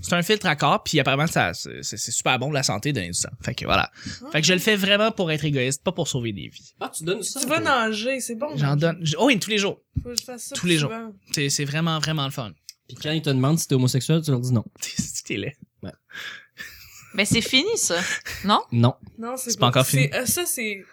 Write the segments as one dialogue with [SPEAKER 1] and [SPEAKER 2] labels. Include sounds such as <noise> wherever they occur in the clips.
[SPEAKER 1] C'est un filtre à corps, puis apparemment, ça, c'est, c'est super bon pour la santé de donner du sang. Fait que voilà. Fait que je le fais vraiment pour être égoïste, pas pour sauver des vies.
[SPEAKER 2] Ah, tu donnes ça.
[SPEAKER 3] Tu vas nager, c'est bon.
[SPEAKER 1] J'en donne. j- Oh, et tous les jours.
[SPEAKER 3] Faut que je fasse ça
[SPEAKER 1] tous les
[SPEAKER 3] plus
[SPEAKER 1] jours.
[SPEAKER 3] souvent.
[SPEAKER 1] C'est, c'est vraiment, vraiment le fun.
[SPEAKER 2] Puis quand ils te demandent si t'es homosexuel, tu leur dis non.
[SPEAKER 1] <laughs> T'es- T'es laid.
[SPEAKER 4] Mais c'est fini, ça.
[SPEAKER 2] Non.
[SPEAKER 3] Non, c'est
[SPEAKER 1] C'est pas encore fini.
[SPEAKER 3] c'est- euh, ça, c'est.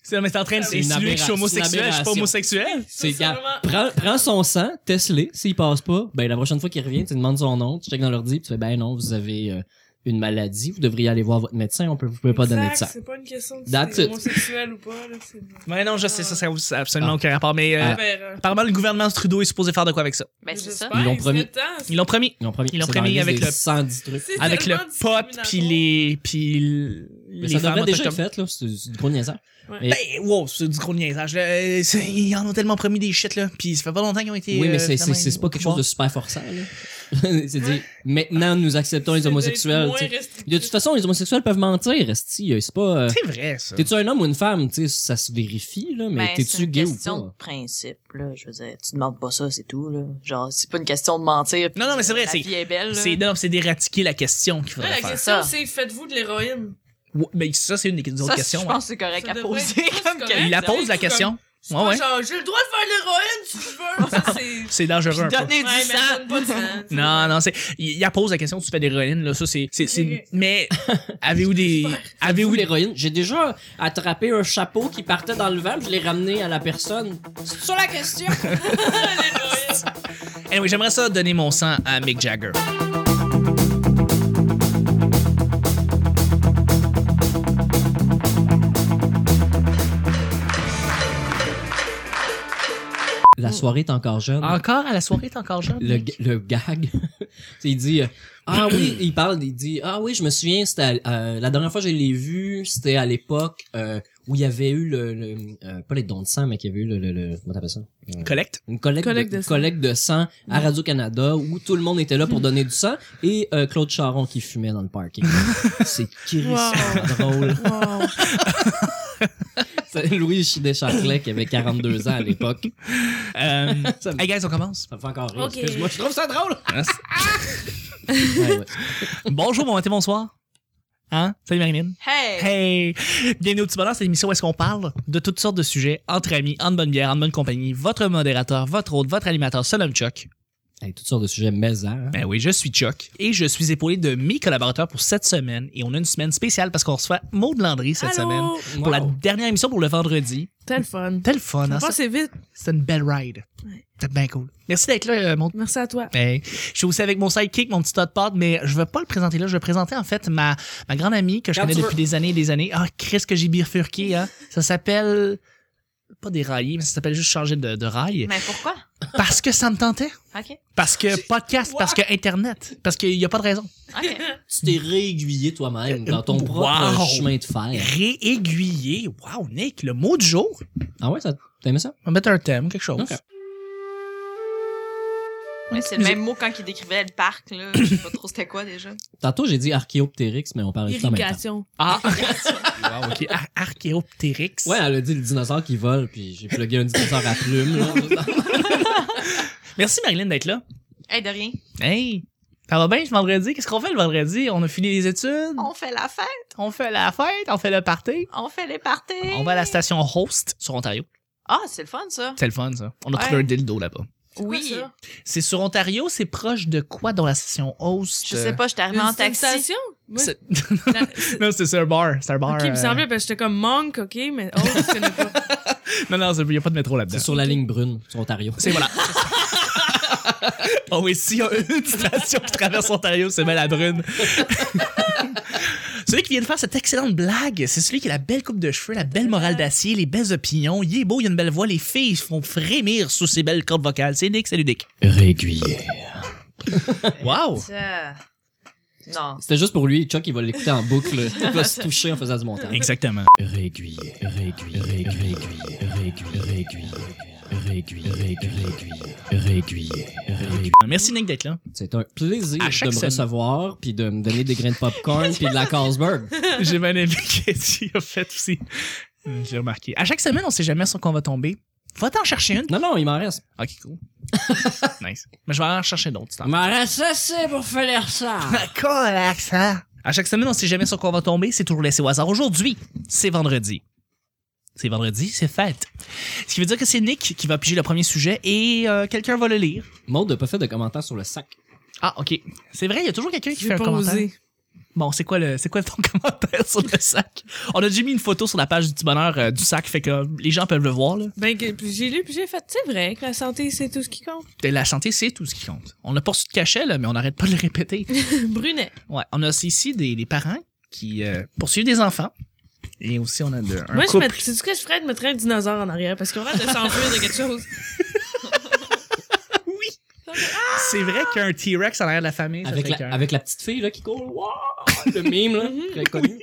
[SPEAKER 1] C'est, mais t'es en train de
[SPEAKER 3] C'est une
[SPEAKER 1] insinuer que je suis
[SPEAKER 2] aberration. C'est une
[SPEAKER 1] homosexuel, je suis pas
[SPEAKER 2] aberration.
[SPEAKER 1] homosexuel.
[SPEAKER 3] ça,
[SPEAKER 2] C'est gars,
[SPEAKER 3] vraiment-
[SPEAKER 2] Prends, prends son sang, teste-le. S'il passe pas, ben la prochaine fois qu'il revient, tu demandes son nom, tu checkes dans l'ordi, puis tu fais ben non, vous avez euh, une maladie, vous devriez aller voir votre médecin, on peut, vous pouvez pas
[SPEAKER 3] Exact,
[SPEAKER 2] donner de sang.
[SPEAKER 3] C'est pas une question de
[SPEAKER 2] That's
[SPEAKER 3] si t'es
[SPEAKER 2] it.
[SPEAKER 3] homosexuel ou pas. Là, c'est
[SPEAKER 1] Mais non, je sais, ça, ça ça a absolument aucun rapport. Mais euh,
[SPEAKER 2] Ah.
[SPEAKER 3] aberrant.
[SPEAKER 1] apparemment, le gouvernement Trudeau est supposé faire de quoi avec ça.
[SPEAKER 4] Ben, c'est ça.
[SPEAKER 3] J'espère,
[SPEAKER 2] Ils l'ont
[SPEAKER 3] il serait
[SPEAKER 2] promis.
[SPEAKER 3] temps, c'est-
[SPEAKER 1] Ils l'ont promis.
[SPEAKER 2] Ils l'ont promis.
[SPEAKER 1] Ils l'ont
[SPEAKER 2] C'est dans
[SPEAKER 1] promis
[SPEAKER 2] la
[SPEAKER 1] avec
[SPEAKER 2] liste des
[SPEAKER 1] le-
[SPEAKER 2] 110 trucs.
[SPEAKER 3] c'est
[SPEAKER 1] Avec le
[SPEAKER 3] tellement
[SPEAKER 1] pot, puis les, puis l-
[SPEAKER 2] Mais
[SPEAKER 1] les
[SPEAKER 2] ça devrait
[SPEAKER 1] femmes
[SPEAKER 2] déjà être
[SPEAKER 1] autochtones.
[SPEAKER 2] fait, là. C'est c'est du gros niaiseur.
[SPEAKER 1] Ben, wow, c'est du gros niaisage. là. Euh, c'est- Ils en ont tellement promis des shit, là. Puis ça fait pas longtemps qu'ils ont été.
[SPEAKER 2] Oui, mais
[SPEAKER 1] euh,
[SPEAKER 2] c'est- c'est
[SPEAKER 1] finalement,
[SPEAKER 2] c'est pas quelque
[SPEAKER 1] au
[SPEAKER 2] chose de super forçant, là. <laughs> c'est dit, maintenant, nous acceptons les homosexuels. tu sais. De toute façon, les homosexuels peuvent mentir, esti. C'est pas. euh,
[SPEAKER 1] pouvoir. C'est vrai, ça.
[SPEAKER 2] T'es-tu un homme ou une femme? Tu sais, ça se vérifie, là, mais
[SPEAKER 4] Ben, c'est
[SPEAKER 2] t'es-tu
[SPEAKER 4] une
[SPEAKER 2] gay ou
[SPEAKER 4] question de
[SPEAKER 2] pas?
[SPEAKER 4] principe, là. Je veux dire, tu demandes pas ça, c'est tout, là. Genre, c'est pas une question de mentir. puis
[SPEAKER 1] Non, non, mais c'est vrai,
[SPEAKER 4] La
[SPEAKER 1] c'est-
[SPEAKER 4] vie est belle, là.
[SPEAKER 1] C'est non, c'est d'éradiquer la question qu'il
[SPEAKER 3] Là,
[SPEAKER 1] faudrait
[SPEAKER 3] la
[SPEAKER 1] faire.
[SPEAKER 3] question,
[SPEAKER 4] Ça.
[SPEAKER 3] c'est faites-vous de l'héroïne?
[SPEAKER 1] Ouais, mais ça, c'est une des des autres
[SPEAKER 4] Ça,
[SPEAKER 1] questions.
[SPEAKER 4] Je
[SPEAKER 1] hein.
[SPEAKER 4] pense que c'est correct
[SPEAKER 3] Ça
[SPEAKER 4] à
[SPEAKER 3] devrait être
[SPEAKER 4] poser
[SPEAKER 3] plus
[SPEAKER 4] comme
[SPEAKER 3] correct.
[SPEAKER 1] Il
[SPEAKER 4] question.
[SPEAKER 1] la
[SPEAKER 3] c'est
[SPEAKER 1] pose, la
[SPEAKER 3] comme-
[SPEAKER 1] question.
[SPEAKER 3] C'est
[SPEAKER 1] Ouais,
[SPEAKER 3] pas
[SPEAKER 1] ouais.
[SPEAKER 3] genre, j'ai le droit de faire l'héroïne si je veux. Ça, c'est.
[SPEAKER 1] <laughs> C'est dangereux un peu.
[SPEAKER 3] Ouais,
[SPEAKER 4] Donner du
[SPEAKER 3] mais ça
[SPEAKER 4] sang.
[SPEAKER 3] donne pas de sang. tu sais.
[SPEAKER 1] Non, non, c'est. Il, il la pose la question, tu fais des ruines, là. Ça, c'est. c'est- c'est-
[SPEAKER 3] Ok.
[SPEAKER 1] Mais avez-vous des. Avez-vous
[SPEAKER 2] Ou
[SPEAKER 1] des.
[SPEAKER 2] l'héroïne? J'ai déjà attrapé un chapeau qui partait dans le vent, puis je l'ai ramené à la personne. C'est ça la
[SPEAKER 1] <laughs>
[SPEAKER 2] question?
[SPEAKER 3] L'héroïne.
[SPEAKER 1] Anyway, j'aimerais ça donner mon sang à Mick Jagger.
[SPEAKER 4] Mm.
[SPEAKER 2] La soirée est encore jeune.
[SPEAKER 4] Ah,
[SPEAKER 1] Encore à la soirée, t'es encore jeune?
[SPEAKER 2] le, g- le gag. <laughs> Tu sais, il dit euh, ah oui, il parle, il dit ah oui, je me souviens, c'était à- euh, la dernière fois que je l'ai vu, c'était à l'époque euh, où il y avait eu le, le, euh, pas les dons de sang, mais qu'il y avait eu le, le, le- comment t'appelles ça Euh,
[SPEAKER 1] Collecte?
[SPEAKER 2] Une collecte,
[SPEAKER 3] Collecte
[SPEAKER 2] de,
[SPEAKER 3] de
[SPEAKER 2] une
[SPEAKER 3] sang.
[SPEAKER 2] collecte de sang à Radio Canada où tout le monde était
[SPEAKER 1] Hmm.
[SPEAKER 2] là pour donner du sang et euh, Claude Charon qui fumait dans
[SPEAKER 1] <laughs>
[SPEAKER 2] le parking. C'est crissement drôle.
[SPEAKER 3] Wow.
[SPEAKER 2] C'est Louis Chidé Charclet qui avait 42 ans
[SPEAKER 1] <laughs>
[SPEAKER 2] à l'époque.
[SPEAKER 1] Euh,
[SPEAKER 2] Ça me,
[SPEAKER 1] hey, guys, on commence.
[SPEAKER 2] ça me fait encore rire.
[SPEAKER 3] Ok.
[SPEAKER 2] Excuse-moi, je trouve ça drôle. Ouais, ouais.
[SPEAKER 1] Bonjour, bon matin, bonsoir. Hein? Salut, Marilyn.
[SPEAKER 4] Hey!
[SPEAKER 1] Hey! Bienvenue au petit bonheur, c'est l'émission où est-ce qu'on parle de toutes sortes de sujets, entre amis, en bonne bière, en bonne compagnie, votre modérateur, votre hôte, votre animateur, seul homme Chuck.
[SPEAKER 2] Hey, toutes sortes de sujets maisants. hein.
[SPEAKER 1] Ben oui, je suis Chuck. Et je suis épaulé de mes collaborateurs pour cette semaine. Et on a une semaine spéciale parce qu'on reçoit Maud Landry cette
[SPEAKER 3] Allô?
[SPEAKER 1] semaine. Pour la
[SPEAKER 2] Wow.
[SPEAKER 1] dernière émission pour le vendredi.
[SPEAKER 3] T'as le fun.
[SPEAKER 1] Tel fun, hein?
[SPEAKER 3] Pas c'est vite.
[SPEAKER 1] C'est une belle ride. C'était bien cool. Merci d'être là, euh, Maud.
[SPEAKER 3] Merci à toi.
[SPEAKER 1] Hey. Je suis aussi avec mon sidekick, mon petit Todd Pod, mais je vais pas le présenter là. Je vais présenter en fait ma, ma grande amie que je
[SPEAKER 2] Quand
[SPEAKER 1] connais
[SPEAKER 2] tu
[SPEAKER 1] depuis
[SPEAKER 2] veux.
[SPEAKER 1] des années et des années. Ah, Chris, que j'ai bifurqué, hein. Ça s'appelle. Pas déraillé, mais ça s'appelle juste changer de, de rail.
[SPEAKER 4] Mais pourquoi?
[SPEAKER 1] Parce que ça me tentait.
[SPEAKER 4] OK.
[SPEAKER 1] Parce que podcast, parce que Internet. Parce qu'il y a pas de raison.
[SPEAKER 4] OK.
[SPEAKER 2] Tu t'es réaiguillé toi-même dans ton
[SPEAKER 1] Wow.
[SPEAKER 2] propre chemin de fer.
[SPEAKER 1] Réaiguiller. Wow, Nick, le mot du jour.
[SPEAKER 2] Ah ouais, ça, t'aimais ça?
[SPEAKER 1] On va mettre un thème, quelque chose.
[SPEAKER 2] Ok.
[SPEAKER 4] Mais c'est le même mot quand il décrivait le parc, là. Je sais pas trop c'était quoi déjà.
[SPEAKER 2] Tantôt, j'ai dit archéoptérix, mais on parlait de ça en même temps.
[SPEAKER 3] Irrigation.
[SPEAKER 1] Ah! <laughs> wow, ok. Ar- Archéoptérix.
[SPEAKER 2] Ouais, elle a dit le dinosaure qui vole, puis j'ai plugué un dinosaure à plumes. là.
[SPEAKER 1] <laughs> Merci, Marilyn, d'être là.
[SPEAKER 4] Hey, de rien.
[SPEAKER 1] Hey! Ça va bien ce vendredi? Qu'est-ce qu'on fait le vendredi? On a fini les études?
[SPEAKER 4] On fait la fête,
[SPEAKER 1] On fait la fête? On fait le party?
[SPEAKER 4] on fait les parties.
[SPEAKER 1] On va à la station Host sur Ontario.
[SPEAKER 4] Ah, c'est le fun, ça.
[SPEAKER 1] C'est le fun, ça. On a
[SPEAKER 4] Ouais.
[SPEAKER 1] trouvé un dildo là-bas.
[SPEAKER 4] Oui.
[SPEAKER 3] quoi, ça?
[SPEAKER 1] C'est sur Ontario, c'est proche de quoi dans la station Host?
[SPEAKER 4] Je sais pas, j'étais arrivée
[SPEAKER 3] Une
[SPEAKER 4] en taxi.
[SPEAKER 3] station? Moi,
[SPEAKER 1] C'est-
[SPEAKER 3] la-
[SPEAKER 1] Non, c'est c'est un bar. C'est un bar.
[SPEAKER 3] Ok, il me
[SPEAKER 1] euh,
[SPEAKER 3] semblait, parce que j'étais comme monk, ok, mais oh, je connais pas.
[SPEAKER 2] <laughs>
[SPEAKER 1] Non, non, il n'y a pas de métro là-dedans.
[SPEAKER 2] C'est sur la ligne brune, sur Ontario.
[SPEAKER 1] C'est voilà. oh oui, s'il y a une <laughs> station qui traverse Ontario, c'est bien la brune. <laughs> celui qui vient de faire cette excellente blague, c'est celui qui a la belle coupe de cheveux, la belle morale d'acier, les belles opinions. Il est beau, il a une belle voix, les filles font frémir sous ses belles cordes vocales. C'est Nick, salut Nick.
[SPEAKER 2] Réguillé.
[SPEAKER 1] Wow!
[SPEAKER 4] Ça. Non.
[SPEAKER 2] C'était juste pour lui, Chuck, il va l'écouter
[SPEAKER 1] <laughs>
[SPEAKER 2] en boucle. Il va se toucher en faisant du montage.
[SPEAKER 1] Exactement.
[SPEAKER 2] Réguillé, réguillé, réguillé, réguillé, réguillé, réguillé, réguillé, réguillé, réguillé.
[SPEAKER 1] Merci Nick d'être là.
[SPEAKER 2] C'est un plaisir
[SPEAKER 1] À chaque
[SPEAKER 2] de me
[SPEAKER 1] semaine.
[SPEAKER 2] recevoir, puis de me donner des grains de popcorn, puis de la Carlsberg.
[SPEAKER 1] <laughs> J'ai bien aimé qu'est-ce qu'il a fait aussi. Hum, J'ai remarqué. À chaque semaine, on sait jamais sur quoi on va tomber. Va t'en chercher une.
[SPEAKER 2] Non, non, il m'en reste.
[SPEAKER 1] Ok, cool. <laughs> nice. Mais je vais en chercher d'autres. tu t'en-
[SPEAKER 2] m'en reste assez pour faire ça.
[SPEAKER 1] À chaque semaine, on sait jamais sur quoi on va tomber, c'est toujours laissé au hasard. Aujourd'hui, c'est vendredi. C'est vendredi, c'est fête. Ce qui veut dire que c'est Nick qui va piger le premier sujet et euh, quelqu'un va le lire.
[SPEAKER 2] Maud n'a pas fait de commentaires sur le sac.
[SPEAKER 1] Ah, ok. C'est vrai, il y a toujours quelqu'un qui
[SPEAKER 3] J'ai
[SPEAKER 1] fait un
[SPEAKER 3] pas
[SPEAKER 1] commentaire.
[SPEAKER 3] osé.
[SPEAKER 1] Bon, c'est quoi le, c'est quoi ton <laughs> commentaire sur le sac On a déjà mis une photo sur la page du petit bonheur euh, du sac, fait que euh, les gens peuvent le voir. Là.
[SPEAKER 3] Ben, que- puis j'ai lu, puis j'ai fait, c'est vrai que la santé, c'est tout ce qui
[SPEAKER 2] <laughs>
[SPEAKER 3] compte.
[SPEAKER 1] De La santé, c'est tout ce qui compte. On l'a pas su de cachet, là, mais on n'arrête pas de le répéter.
[SPEAKER 3] Brunet.
[SPEAKER 1] Ouais, on a aussi ici des, des parents qui euh, poursuivent des enfants. Et aussi, on a de, un
[SPEAKER 3] Moi, je
[SPEAKER 1] couple.
[SPEAKER 3] mettrais, sais-tu ce que je ferais? Je mettrais un dinosaure en arrière, parce qu'on va de s'enfuir de quelque chose.
[SPEAKER 1] C'est vrai qu'un T-Rex en arrière de Ah! la Ah! famille, ça
[SPEAKER 2] Avec
[SPEAKER 1] fait Mhm.
[SPEAKER 2] la,
[SPEAKER 1] qu'un-
[SPEAKER 2] avec la petite fille là, qui court. Wouah! le mime, là, très connu.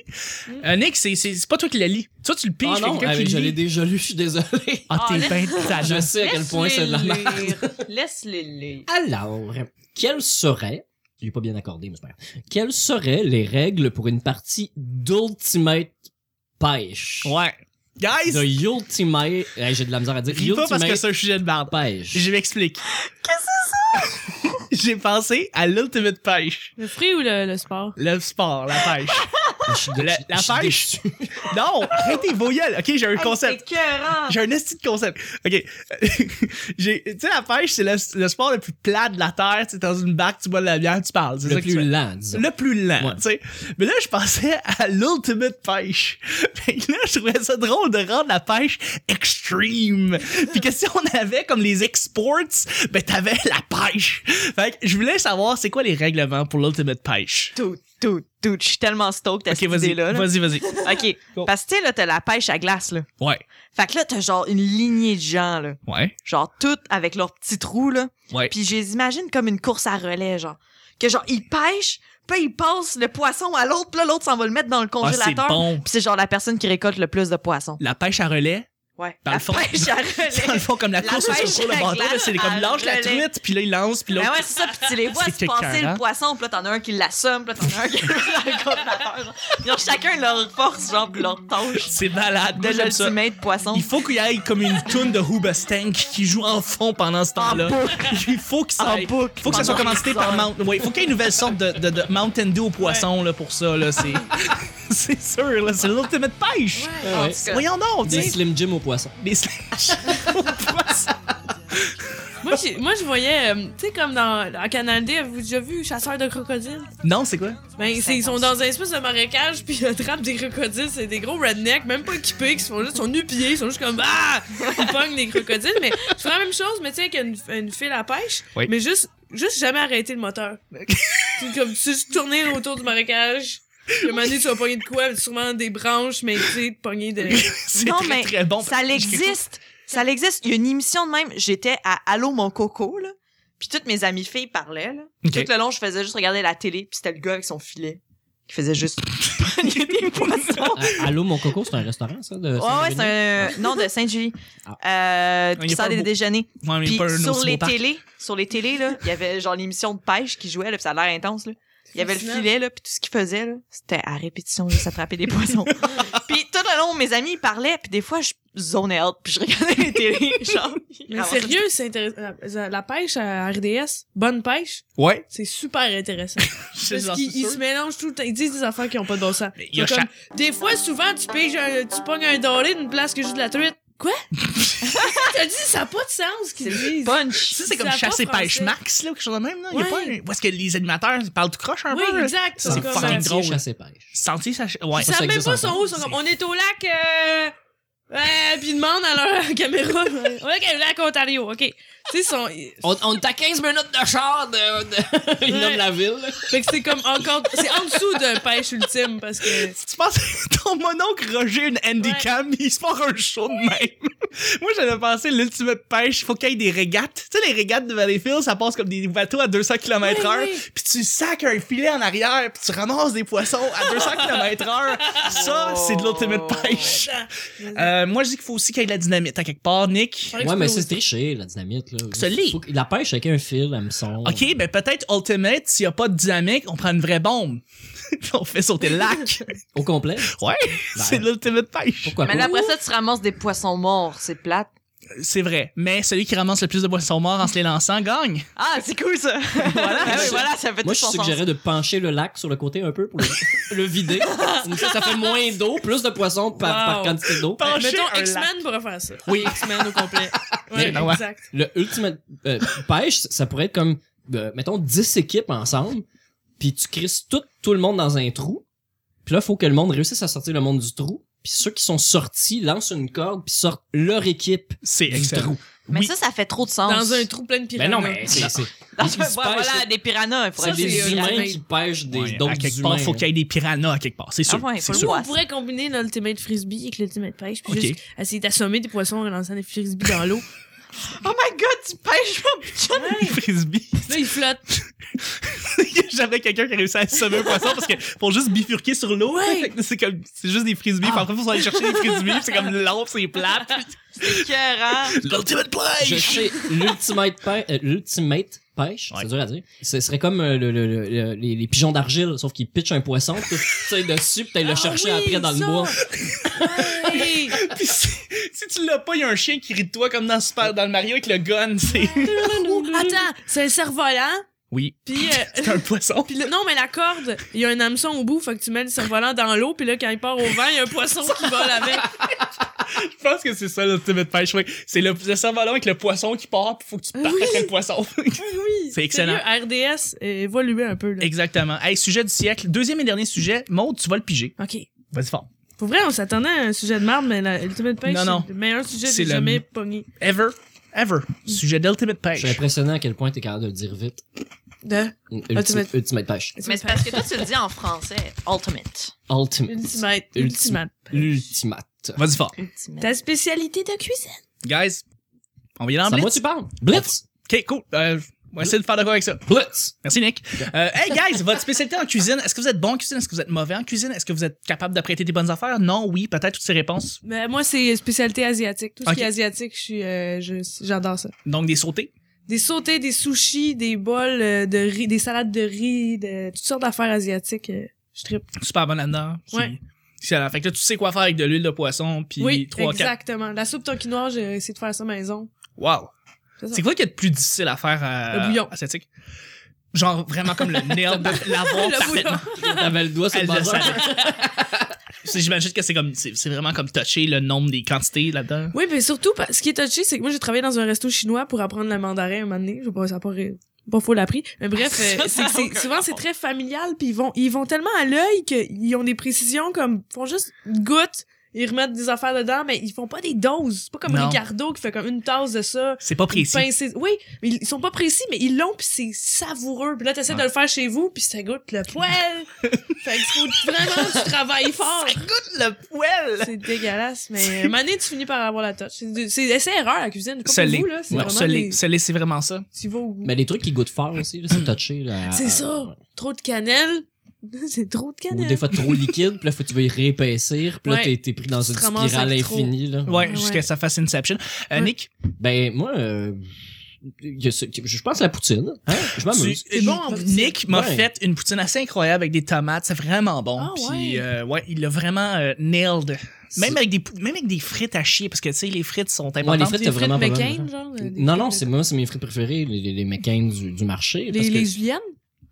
[SPEAKER 1] Euh, Nick, c'est, c'est, c'est pas toi qui la lis. Toi, tu le piges,
[SPEAKER 2] Ah
[SPEAKER 1] c'est
[SPEAKER 2] non,
[SPEAKER 1] quelqu'un
[SPEAKER 2] avec-
[SPEAKER 1] qui
[SPEAKER 2] je
[SPEAKER 1] le
[SPEAKER 2] l'ai
[SPEAKER 1] lit.
[SPEAKER 2] déjà lu, je suis désolé.
[SPEAKER 1] Ah, t'es
[SPEAKER 3] Ah,
[SPEAKER 1] ben
[SPEAKER 2] Je
[SPEAKER 1] talent.
[SPEAKER 2] sais à quel point c'est de la
[SPEAKER 4] Laisse-les
[SPEAKER 2] merde.
[SPEAKER 4] lire. Laisse-les lire.
[SPEAKER 2] Alors, quelles seraient, je l'ai pas bien accordé, mais c'est pas grave. quelles seraient les règles pour une partie d'Ultimate Pêche?
[SPEAKER 1] <laughs> Ouais.
[SPEAKER 2] De
[SPEAKER 1] Guys,
[SPEAKER 2] Ultimate, eh, j'ai de la misère à dire,
[SPEAKER 1] ris pas parce que
[SPEAKER 2] Ultimate
[SPEAKER 1] c'est un sujet de barbe.
[SPEAKER 2] Pêche.
[SPEAKER 1] <laughs> Je m'explique. Qu'est-ce que c'est ça? <laughs> J'ai pensé à l'ultimate pêche.
[SPEAKER 3] Le fruit ou le, le sport?
[SPEAKER 1] Le sport, la <laughs> pêche.
[SPEAKER 2] Je suis dé-
[SPEAKER 1] La-
[SPEAKER 2] je-
[SPEAKER 1] la
[SPEAKER 2] je suis
[SPEAKER 1] pêche?
[SPEAKER 2] déçu.
[SPEAKER 1] non, arrêtez vos gueules. OK, j'ai un
[SPEAKER 4] Hey,
[SPEAKER 1] concept.
[SPEAKER 4] c'est écœurant.
[SPEAKER 1] J'ai un esti de concept. OK. <laughs> J'ai- tu sais, la pêche, c'est le, le sport le plus plat de la Terre. Tu sais, dans une barque, tu bois de la bière, tu parles. C'est ça
[SPEAKER 2] Le
[SPEAKER 1] que tu fais.
[SPEAKER 2] plus lent, disons.
[SPEAKER 1] le plus lent,
[SPEAKER 2] Ouais.
[SPEAKER 1] tu sais. Mais là, je pensais à l'ultimate pêche. <laughs> Fait que là, je trouvais ça drôle de rendre la pêche extreme. Puis que si on avait comme les exports, ben t'avais la pêche. Fait que je voulais savoir c'est quoi les règlements pour l'ultimate pêche.
[SPEAKER 4] Tout, tout, tout. Je suis tellement stoked à
[SPEAKER 1] Ok,
[SPEAKER 4] cette
[SPEAKER 1] vas-y,
[SPEAKER 4] idée-là. là.
[SPEAKER 1] vas-y, vas-y.
[SPEAKER 4] OK.
[SPEAKER 1] Go.
[SPEAKER 4] Parce que, tu sais, là, t'as la pêche à glace, là.
[SPEAKER 1] Ouais,
[SPEAKER 4] Fait que là, t'as genre une lignée de gens, là.
[SPEAKER 1] ouais,
[SPEAKER 4] Genre, toutes avec leurs petits trous, là.
[SPEAKER 1] ouais.
[SPEAKER 4] Puis je les imagine comme une course à relais, genre. Que genre, ils pêchent, puis ils passent le poisson à l'autre, puis là, l'autre s'en va le mettre dans le
[SPEAKER 1] Ah, c'est
[SPEAKER 4] congélateur.
[SPEAKER 1] bon.
[SPEAKER 4] Puis c'est genre la personne qui récolte le plus de poissons.
[SPEAKER 1] La pêche à relais,
[SPEAKER 4] Ouais.
[SPEAKER 1] Dans
[SPEAKER 4] la
[SPEAKER 1] le fond-
[SPEAKER 4] pêche à
[SPEAKER 1] c'est <laughs> dans le
[SPEAKER 4] relais.
[SPEAKER 1] fond comme la,
[SPEAKER 4] La
[SPEAKER 1] course
[SPEAKER 4] pêche
[SPEAKER 1] sur le
[SPEAKER 4] à
[SPEAKER 1] bateau,
[SPEAKER 4] glace
[SPEAKER 1] là, c'est comme
[SPEAKER 4] à
[SPEAKER 1] lâche la
[SPEAKER 4] relais.
[SPEAKER 1] truite, puis là il lance, puis
[SPEAKER 4] Ben
[SPEAKER 1] l'autre
[SPEAKER 4] ouais, c'est ça, puis
[SPEAKER 1] <laughs>
[SPEAKER 4] tu les vois
[SPEAKER 1] C'est
[SPEAKER 4] se passer
[SPEAKER 1] écœurant.
[SPEAKER 4] le poisson, puis là, t'en as un qui l'assomme, puis là, t'en as un qui <laughs> le congélateur. genre. Ils ont chacun leur force, genre, puis leur tâche
[SPEAKER 1] c'est malade.
[SPEAKER 4] de
[SPEAKER 1] J'aime ça.
[SPEAKER 4] l'ultimate poisson.
[SPEAKER 1] Il faut qu'il y ait comme une toune de Hoobastank qui joue en fond pendant ce temps-là. Il faut que ça,
[SPEAKER 4] En boucle.
[SPEAKER 1] faut que ça soit
[SPEAKER 4] Pendant
[SPEAKER 1] commandité
[SPEAKER 4] dix
[SPEAKER 1] par
[SPEAKER 4] heures.
[SPEAKER 1] Mount. Ouais, il faut qu'il y ait une nouvelle sorte de, de, de Mountain Dew au poisson là, pour ça. Là, c'est, <laughs> c'est sûr, là, c'est l'ultimate pêche.
[SPEAKER 2] Ouais, ouais.
[SPEAKER 4] En tout cas,
[SPEAKER 1] Voyons donc,
[SPEAKER 2] Des
[SPEAKER 1] tu sais.
[SPEAKER 2] Slim Jim au poisson.
[SPEAKER 1] Des slash au poisson.
[SPEAKER 3] Moi, j'ai- moi, je voyais, euh, tu sais, comme dans, dans Canal D, avez-vous déjà vu Chasseur de crocodiles?
[SPEAKER 1] Non, c'est quoi?
[SPEAKER 3] Ben, c'est- ils sont dans un espèce de marécage, puis ils attrapent des crocodiles. C'est des gros rednecks, même pas équipés, qui se font juste, ils sont nus pieds, ils sont juste comme, ah! Ils pognent des crocodiles. Mais je ferais la même chose, mais tu sais, avec une, une file à pêche.
[SPEAKER 1] Oui.
[SPEAKER 3] Mais juste, juste jamais arrêter le moteur. c'est comme, tu sais, juste tourner autour du marécage. Puis, à un moment donné, tu vas pogner de quoi? Sûrement des branches, mais tu sais, pogner de.
[SPEAKER 1] C'est
[SPEAKER 4] Non,
[SPEAKER 1] très,
[SPEAKER 4] mais
[SPEAKER 1] très bon.
[SPEAKER 4] Ça l'existe. Ça l'existe. Il y a une émission de même. J'étais à Allô mon coco, là. Puis toutes mes amies filles parlaient, là.
[SPEAKER 1] Ok.
[SPEAKER 4] Tout le long, je faisais juste regarder la télé, puis c'était le gars avec son filet qui faisait juste <laughs> pogner des
[SPEAKER 1] <laughs>
[SPEAKER 4] poissons.
[SPEAKER 2] Ah, Allô, mon coco, c'est un restaurant, ça? De
[SPEAKER 4] Ouais, ouais, c'est un... Non, de Saint-Julie. Euh,
[SPEAKER 1] Ah. Il y a
[SPEAKER 4] puis ça
[SPEAKER 1] pas
[SPEAKER 4] des
[SPEAKER 1] un beau-
[SPEAKER 4] déjeuners.
[SPEAKER 1] Ouais, mais
[SPEAKER 4] Puis
[SPEAKER 1] pas un
[SPEAKER 4] sur
[SPEAKER 1] aussi
[SPEAKER 4] les
[SPEAKER 1] beau parc.
[SPEAKER 4] télés, sur les télés, là, il y avait genre l'émission de pêche qui jouait, là, puis ça a l'air intense, là. Il y avait le filet, là, puis tout ce qu'il faisait, là, c'était à répétition, juste attraper des <laughs> poissons. puis tout le long, mes amis, ils parlaient, puis des fois, je zonais out, puis je regardais les télés, <laughs> genre... ils
[SPEAKER 3] Mais
[SPEAKER 4] ramassaient-
[SPEAKER 3] sérieux, c'est intéressant. La pêche à RDS, bonne pêche,
[SPEAKER 1] Ouais.
[SPEAKER 3] c'est
[SPEAKER 1] <laughs>
[SPEAKER 3] super intéressant. Parce
[SPEAKER 1] J'en suis
[SPEAKER 3] qu'ils ils
[SPEAKER 1] sûr.
[SPEAKER 3] se mélangent tout le temps. Ils disent des affaires qui ont pas de bon sens.
[SPEAKER 1] Mais il y a
[SPEAKER 3] Comme, Des fois, souvent, tu piges un, tu pognes un doré d'une place que juste de la truite. Quoi? <laughs> T'as dit, ça n'a pas de sens qu'ils disent.
[SPEAKER 4] Punch!
[SPEAKER 1] Ça, c'est comme
[SPEAKER 3] Ça a pas
[SPEAKER 1] chasse et pêche
[SPEAKER 3] français.
[SPEAKER 1] max, là, ou quelque chose de même, là. Il y a
[SPEAKER 3] Ouais.
[SPEAKER 1] pas un- Où est-ce que les animateurs ils parlent tout croche un
[SPEAKER 3] Oui,
[SPEAKER 1] peu? là?
[SPEAKER 3] exact.
[SPEAKER 1] Ça, c'est
[SPEAKER 3] comme,
[SPEAKER 1] fucking
[SPEAKER 3] euh,
[SPEAKER 1] drôle.
[SPEAKER 2] chasse et pêche.
[SPEAKER 1] Sentier, ça. Ouais.
[SPEAKER 3] Ils
[SPEAKER 2] Ça, ça
[SPEAKER 3] savent même
[SPEAKER 2] existe
[SPEAKER 3] pas
[SPEAKER 2] encore.
[SPEAKER 3] son haut. Ils sont comme, on est au lac, euh, euh, puis ils demandent à leur <laughs> caméra. On est au lac Ontario, OK. Tu sais, ils sont,
[SPEAKER 2] On, on est à 15 minutes de char de... de... <laughs> Il
[SPEAKER 3] Ouais.
[SPEAKER 2] nomme la ville. là.
[SPEAKER 3] fait que c'est comme encore, c'est en dessous d'un pêche ultime parce que
[SPEAKER 1] Tu penses que ton mononcle Roger, une handicam, il se part un show de même. <laughs> Moi, j'avais pensé l'ultimate pêche, il faut qu'il y ait des régates. Tu sais, les régates de Valleyfield, ça passe comme des bateaux à 200 km
[SPEAKER 3] Oui,
[SPEAKER 1] heure,
[SPEAKER 3] oui.
[SPEAKER 1] puis tu sacs un filet en arrière, puis tu ramasses des poissons à 200
[SPEAKER 3] <laughs>
[SPEAKER 1] km heure. Ça, c'est de l'ultimate
[SPEAKER 3] Oh.
[SPEAKER 1] pêche. Euh, moi, je dis qu'il faut aussi qu'il y ait de la dynamite à quelque part, Nick.
[SPEAKER 2] Ouais, mais c'est triché, la dynamite. Là.
[SPEAKER 1] Se lit.
[SPEAKER 2] Faut que- La pêche avec un fil, elle me
[SPEAKER 3] Oh.
[SPEAKER 2] semble.
[SPEAKER 1] OK, ben peut-être ultimate, s'il n'y a pas de dynamique, on prend une vraie bombe. <laughs> on fait sauter le
[SPEAKER 3] <laughs>
[SPEAKER 1] lac.
[SPEAKER 2] Au complet.
[SPEAKER 1] Ouais, c'est de l'ultimate pêche.
[SPEAKER 2] Pourquoi
[SPEAKER 4] Mais
[SPEAKER 2] pas?
[SPEAKER 4] là, après ça, tu ramasses des poissons morts, c'est plate.
[SPEAKER 1] C'est vrai. Mais celui qui ramasse le plus de poissons morts en se les lançant gagne.
[SPEAKER 4] Ah, c'est cool ça! <laughs> voilà, ah oui, voilà, ça fait
[SPEAKER 2] Moi,
[SPEAKER 4] tout
[SPEAKER 2] je
[SPEAKER 4] son sens.
[SPEAKER 2] suggérais de pencher le lac sur le côté un peu pour le, <laughs> le
[SPEAKER 4] <laughs>
[SPEAKER 2] vider. Comme ça, ça fait moins d'eau, plus de poissons par,
[SPEAKER 3] Wow.
[SPEAKER 2] par quantité d'eau.
[SPEAKER 1] Pencher
[SPEAKER 3] euh, Mettons,
[SPEAKER 1] un
[SPEAKER 3] X-Men pourrait faire ça.
[SPEAKER 1] Oui.
[SPEAKER 3] X-Men au complet.
[SPEAKER 1] <laughs>
[SPEAKER 3] Ouais,
[SPEAKER 1] Mais ben ouais.
[SPEAKER 3] exact.
[SPEAKER 2] Le ultimate euh, pêche, ça pourrait être comme, euh, mettons, 10 équipes ensemble, puis tu crisses tout, tout le monde dans un trou. Puis là, faut que le monde réussisse à sortir le monde du trou. Puis ceux qui sont sortis lancent une corde, puis sortent leur équipe
[SPEAKER 1] C'est
[SPEAKER 2] du
[SPEAKER 1] excellent.
[SPEAKER 2] trou.
[SPEAKER 4] Mais
[SPEAKER 1] Oui.
[SPEAKER 4] ça, ça fait trop de sens.
[SPEAKER 3] Dans
[SPEAKER 4] <laughs>
[SPEAKER 3] un trou plein de
[SPEAKER 2] Ben
[SPEAKER 3] piranhas.
[SPEAKER 2] non, mais c'est... c'est-
[SPEAKER 4] Dans un-
[SPEAKER 2] Ils se
[SPEAKER 4] voilà,
[SPEAKER 2] pêchent,
[SPEAKER 4] voilà,
[SPEAKER 2] là.
[SPEAKER 4] des piranhas. Il
[SPEAKER 2] C'est
[SPEAKER 4] faudrait
[SPEAKER 3] Ça, c'est
[SPEAKER 2] des
[SPEAKER 4] des
[SPEAKER 2] humains
[SPEAKER 3] la main.
[SPEAKER 2] qui pêchent des
[SPEAKER 1] Ouais, à
[SPEAKER 2] d'autres
[SPEAKER 1] quelque
[SPEAKER 2] humains. hein.
[SPEAKER 1] part, faut qu'il y ait des piranhas à quelque part. C'est sûr.
[SPEAKER 4] Ah ouais,
[SPEAKER 1] c'est
[SPEAKER 4] faut le
[SPEAKER 1] sûr. <laughs>
[SPEAKER 4] voir.
[SPEAKER 3] On pourrait combiner l'Ultimate Frisbee avec l'Ultimate Pêche, puis
[SPEAKER 1] Ok.
[SPEAKER 3] juste essayer d'assommer des poissons en lançant des frisbees
[SPEAKER 1] <laughs>
[SPEAKER 3] dans l'eau.
[SPEAKER 4] Oh my god, tu pêches mon pigeon!
[SPEAKER 1] Les <laughs> frisbees.
[SPEAKER 3] Là, ils flottent.
[SPEAKER 1] Il y a jamais quelqu'un qui a réussi à sauver un poisson parce que pour juste bifurquer sur l'eau,
[SPEAKER 3] Ouais.
[SPEAKER 1] <laughs> c'est comme c'est juste des frisbees. Puis après, faut aller chercher des frisbees. puis c'est comme long, c'est
[SPEAKER 2] <laughs>
[SPEAKER 1] plate.
[SPEAKER 4] C'est écœurant.
[SPEAKER 1] L'ultimate
[SPEAKER 2] Je
[SPEAKER 1] play.
[SPEAKER 2] sais, l'ultimate pêche, euh, l'ultimate pêche,
[SPEAKER 1] Ouais.
[SPEAKER 2] c'est dur à dire. Ce serait comme euh, le, le- le- le- les, les pigeons d'argile, sauf qu'ils pitchent un poisson, <laughs> tu sais, dessus, pis t'as le
[SPEAKER 3] Ah
[SPEAKER 2] chercher
[SPEAKER 3] oui,
[SPEAKER 2] après dans le
[SPEAKER 3] ça.
[SPEAKER 2] bois.
[SPEAKER 3] <laughs> Hey!
[SPEAKER 1] Puis si, si tu l'as pas, il y a un chien qui rit de toi comme dans Super dans le Mario avec le gun. <laughs> C'est
[SPEAKER 3] Attends, c'est un cerf-volant,
[SPEAKER 1] oui,
[SPEAKER 3] puis... euh,
[SPEAKER 1] <laughs> c'est un poisson.
[SPEAKER 3] puis le- non, mais la corde, il y a un hameçon au bout, fait que tu mets le cerf-volant dans l'eau, puis là, quand il part au vent, il y a un poisson
[SPEAKER 1] <laughs>
[SPEAKER 3] qui vole avec.
[SPEAKER 1] Je pense que c'est ça l'ultimate pêche. Oui, c'est le, le cerf-volant avec le poisson qui part. Puis faut que tu partes après le poisson.
[SPEAKER 3] Oui,
[SPEAKER 1] C'est excellent.
[SPEAKER 3] sérieux, RDS évolué un peu, là.
[SPEAKER 1] Exactement. Hey, sujet du siècle. Deuxième et dernier sujet. Maud, tu vas le piger.
[SPEAKER 3] OK.
[SPEAKER 1] Vas-y fort.
[SPEAKER 3] Pour vrai, on s'attendait à un sujet de merde, mais la Ultimate Pêche,
[SPEAKER 1] Non, non.
[SPEAKER 3] c'est le meilleur sujet que
[SPEAKER 1] C'est
[SPEAKER 3] j'ai
[SPEAKER 1] le-
[SPEAKER 3] jamais pogné.
[SPEAKER 1] Ever, ever. Sujet d'ultimate
[SPEAKER 2] Je
[SPEAKER 1] pêche.
[SPEAKER 2] suis impressionné à quel point t'es capable de le dire vite.
[SPEAKER 3] De
[SPEAKER 2] Ultimate,
[SPEAKER 3] Ultimate-
[SPEAKER 2] ultimate pêche.
[SPEAKER 4] Mais c'est parce que toi, tu le dis en français. Ultimate.
[SPEAKER 2] Ultimate.
[SPEAKER 3] Ultimate.
[SPEAKER 2] Ulti-
[SPEAKER 3] Ultimate.
[SPEAKER 2] L'ultimate.
[SPEAKER 1] Vas-y fort.
[SPEAKER 4] Ultimate.
[SPEAKER 3] Ta spécialité de cuisine.
[SPEAKER 1] Guys, on va y aller en
[SPEAKER 2] C'est à
[SPEAKER 1] blitz.
[SPEAKER 2] moi tu parles. Blitz.
[SPEAKER 1] Ok, cool. Euh, on va essayer de faire de quoi avec ça.
[SPEAKER 2] Blitz.
[SPEAKER 1] Merci, Nick. Euh, hey, guys, votre spécialité en cuisine, est-ce que vous êtes bon en cuisine? Est-ce que vous êtes mauvais en cuisine? Est-ce que vous êtes capable d'apprêter des bonnes affaires? Non, oui, peut-être toutes ces réponses.
[SPEAKER 3] Mais Ben, moi, c'est spécialité asiatique. Tout ce
[SPEAKER 1] Ok.
[SPEAKER 3] qui est asiatique, je suis, euh, je- j'adore ça.
[SPEAKER 1] Donc, des sautés.
[SPEAKER 3] Des sautés, des sushis, des bols euh, de riz, des salades de riz, de toutes sortes d'affaires asiatiques. euh, Je trippe.
[SPEAKER 1] Super bon là-dedans. Puis-
[SPEAKER 3] Ouais.
[SPEAKER 1] c'est à la- Fait que là, tu sais quoi faire avec de l'huile de poisson, puis
[SPEAKER 3] oui,
[SPEAKER 1] 3, 4.
[SPEAKER 3] exactement. La soupe tonkinoise, j'ai essayé de faire ça maison.
[SPEAKER 1] Wow.
[SPEAKER 3] C'est ça.
[SPEAKER 1] C'est quoi qui est le plus difficile à faire à...
[SPEAKER 3] Le bouillon.
[SPEAKER 1] asiatique? Genre, vraiment
[SPEAKER 3] <laughs>
[SPEAKER 1] comme le nerf de l'avoir
[SPEAKER 3] Le
[SPEAKER 1] parfaitement.
[SPEAKER 3] <laughs> bouillon.
[SPEAKER 2] T'avais le doigt sur le
[SPEAKER 1] Elle le
[SPEAKER 3] <laughs>
[SPEAKER 2] bazar.
[SPEAKER 1] C'est- J'imagine que c'est comme, c'est c'est vraiment comme toucher le nombre des quantités là-dedans.
[SPEAKER 3] Oui, mais surtout, pa- ce qui est touché, c'est que moi, j'ai travaillé dans un resto chinois pour apprendre le mandarin un moment donné. Je sais pas, ça a pas, ré- pas faux l'appris. Mais bref, euh,
[SPEAKER 1] Ah,
[SPEAKER 3] c'est-
[SPEAKER 4] Ça n'a
[SPEAKER 3] c'est-
[SPEAKER 4] aucun
[SPEAKER 3] souvent, c'est
[SPEAKER 4] rapport.
[SPEAKER 3] très familial, puis ils vont, ils vont tellement à l'œil qu'ils ont des précisions comme, ils font juste une goutte, ils remettent des affaires dedans, mais ils font pas des doses. C'est pas comme
[SPEAKER 1] Non.
[SPEAKER 3] Ricardo qui fait comme une tasse de ça.
[SPEAKER 1] C'est pas
[SPEAKER 3] une
[SPEAKER 1] précis.
[SPEAKER 3] pincée- Oui, mais ils sont pas précis, mais ils l'ont, puis c'est savoureux. Puis là, t'essaies
[SPEAKER 1] Ouais.
[SPEAKER 3] de le faire chez vous, puis ça goûte le
[SPEAKER 1] <laughs>
[SPEAKER 3] poêle. fait que faut vraiment que tu travailles fort.
[SPEAKER 1] le poêle!
[SPEAKER 3] C'est dégueulasse, mais
[SPEAKER 1] C'est-
[SPEAKER 3] euh, Mané, tu finis par avoir la touche. C'est du- C'est c'est erreur la cuisine. C'est pas
[SPEAKER 1] Seller.
[SPEAKER 3] pour vous, là. C'est
[SPEAKER 1] Non,
[SPEAKER 3] vraiment
[SPEAKER 1] seller,
[SPEAKER 3] des-
[SPEAKER 1] seller, c'est vraiment ça.
[SPEAKER 3] Tu vas au-
[SPEAKER 2] Mais les trucs qui goûtent fort aussi, là, c'est touché. là, à-
[SPEAKER 3] Mm. C'est ça. Trop de cannelle. <laughs> c'est trop de
[SPEAKER 2] Ou
[SPEAKER 3] cannelle.
[SPEAKER 2] des fois trop liquide, puis là, faut que tu veuilles réépaissir, puis là,
[SPEAKER 3] Ouais.
[SPEAKER 2] t'es- t'es pris dans
[SPEAKER 3] Tu
[SPEAKER 2] une
[SPEAKER 3] te ramasses
[SPEAKER 2] spirale
[SPEAKER 3] avec trop.
[SPEAKER 2] infinie, là.
[SPEAKER 1] Ouais,
[SPEAKER 3] Ouais,
[SPEAKER 1] jusqu'à
[SPEAKER 3] ouais.
[SPEAKER 1] sa fasse Inception. Euh,
[SPEAKER 3] Ouais.
[SPEAKER 1] Nick,
[SPEAKER 2] Ben, moi, euh, y a ce- je pense à la poutine. Hein? Je
[SPEAKER 1] tu-
[SPEAKER 2] m'amuse.
[SPEAKER 3] C'est bon en poutine.
[SPEAKER 1] Nick m'a
[SPEAKER 2] Ouais.
[SPEAKER 1] fait une poutine assez incroyable avec des tomates, c'est vraiment bon.
[SPEAKER 3] Ah,
[SPEAKER 1] Puis
[SPEAKER 3] ouais.
[SPEAKER 1] euh, ouais, il l'a vraiment euh, nailed. Même avec des pou- même avec des frites à chier parce que tu sais les frites sont importantes.
[SPEAKER 2] les frites,
[SPEAKER 3] Des
[SPEAKER 2] t'as
[SPEAKER 3] frites
[SPEAKER 2] vraiment pas mal,
[SPEAKER 3] McCain,
[SPEAKER 2] hein.
[SPEAKER 3] genre. euh, des
[SPEAKER 2] Non,
[SPEAKER 3] frites
[SPEAKER 2] non,
[SPEAKER 3] de-
[SPEAKER 2] c'est moi, c'est mes frites préférées, les, les, les McCain du, du marché. parce
[SPEAKER 3] Les,
[SPEAKER 2] que-
[SPEAKER 3] les juliennes?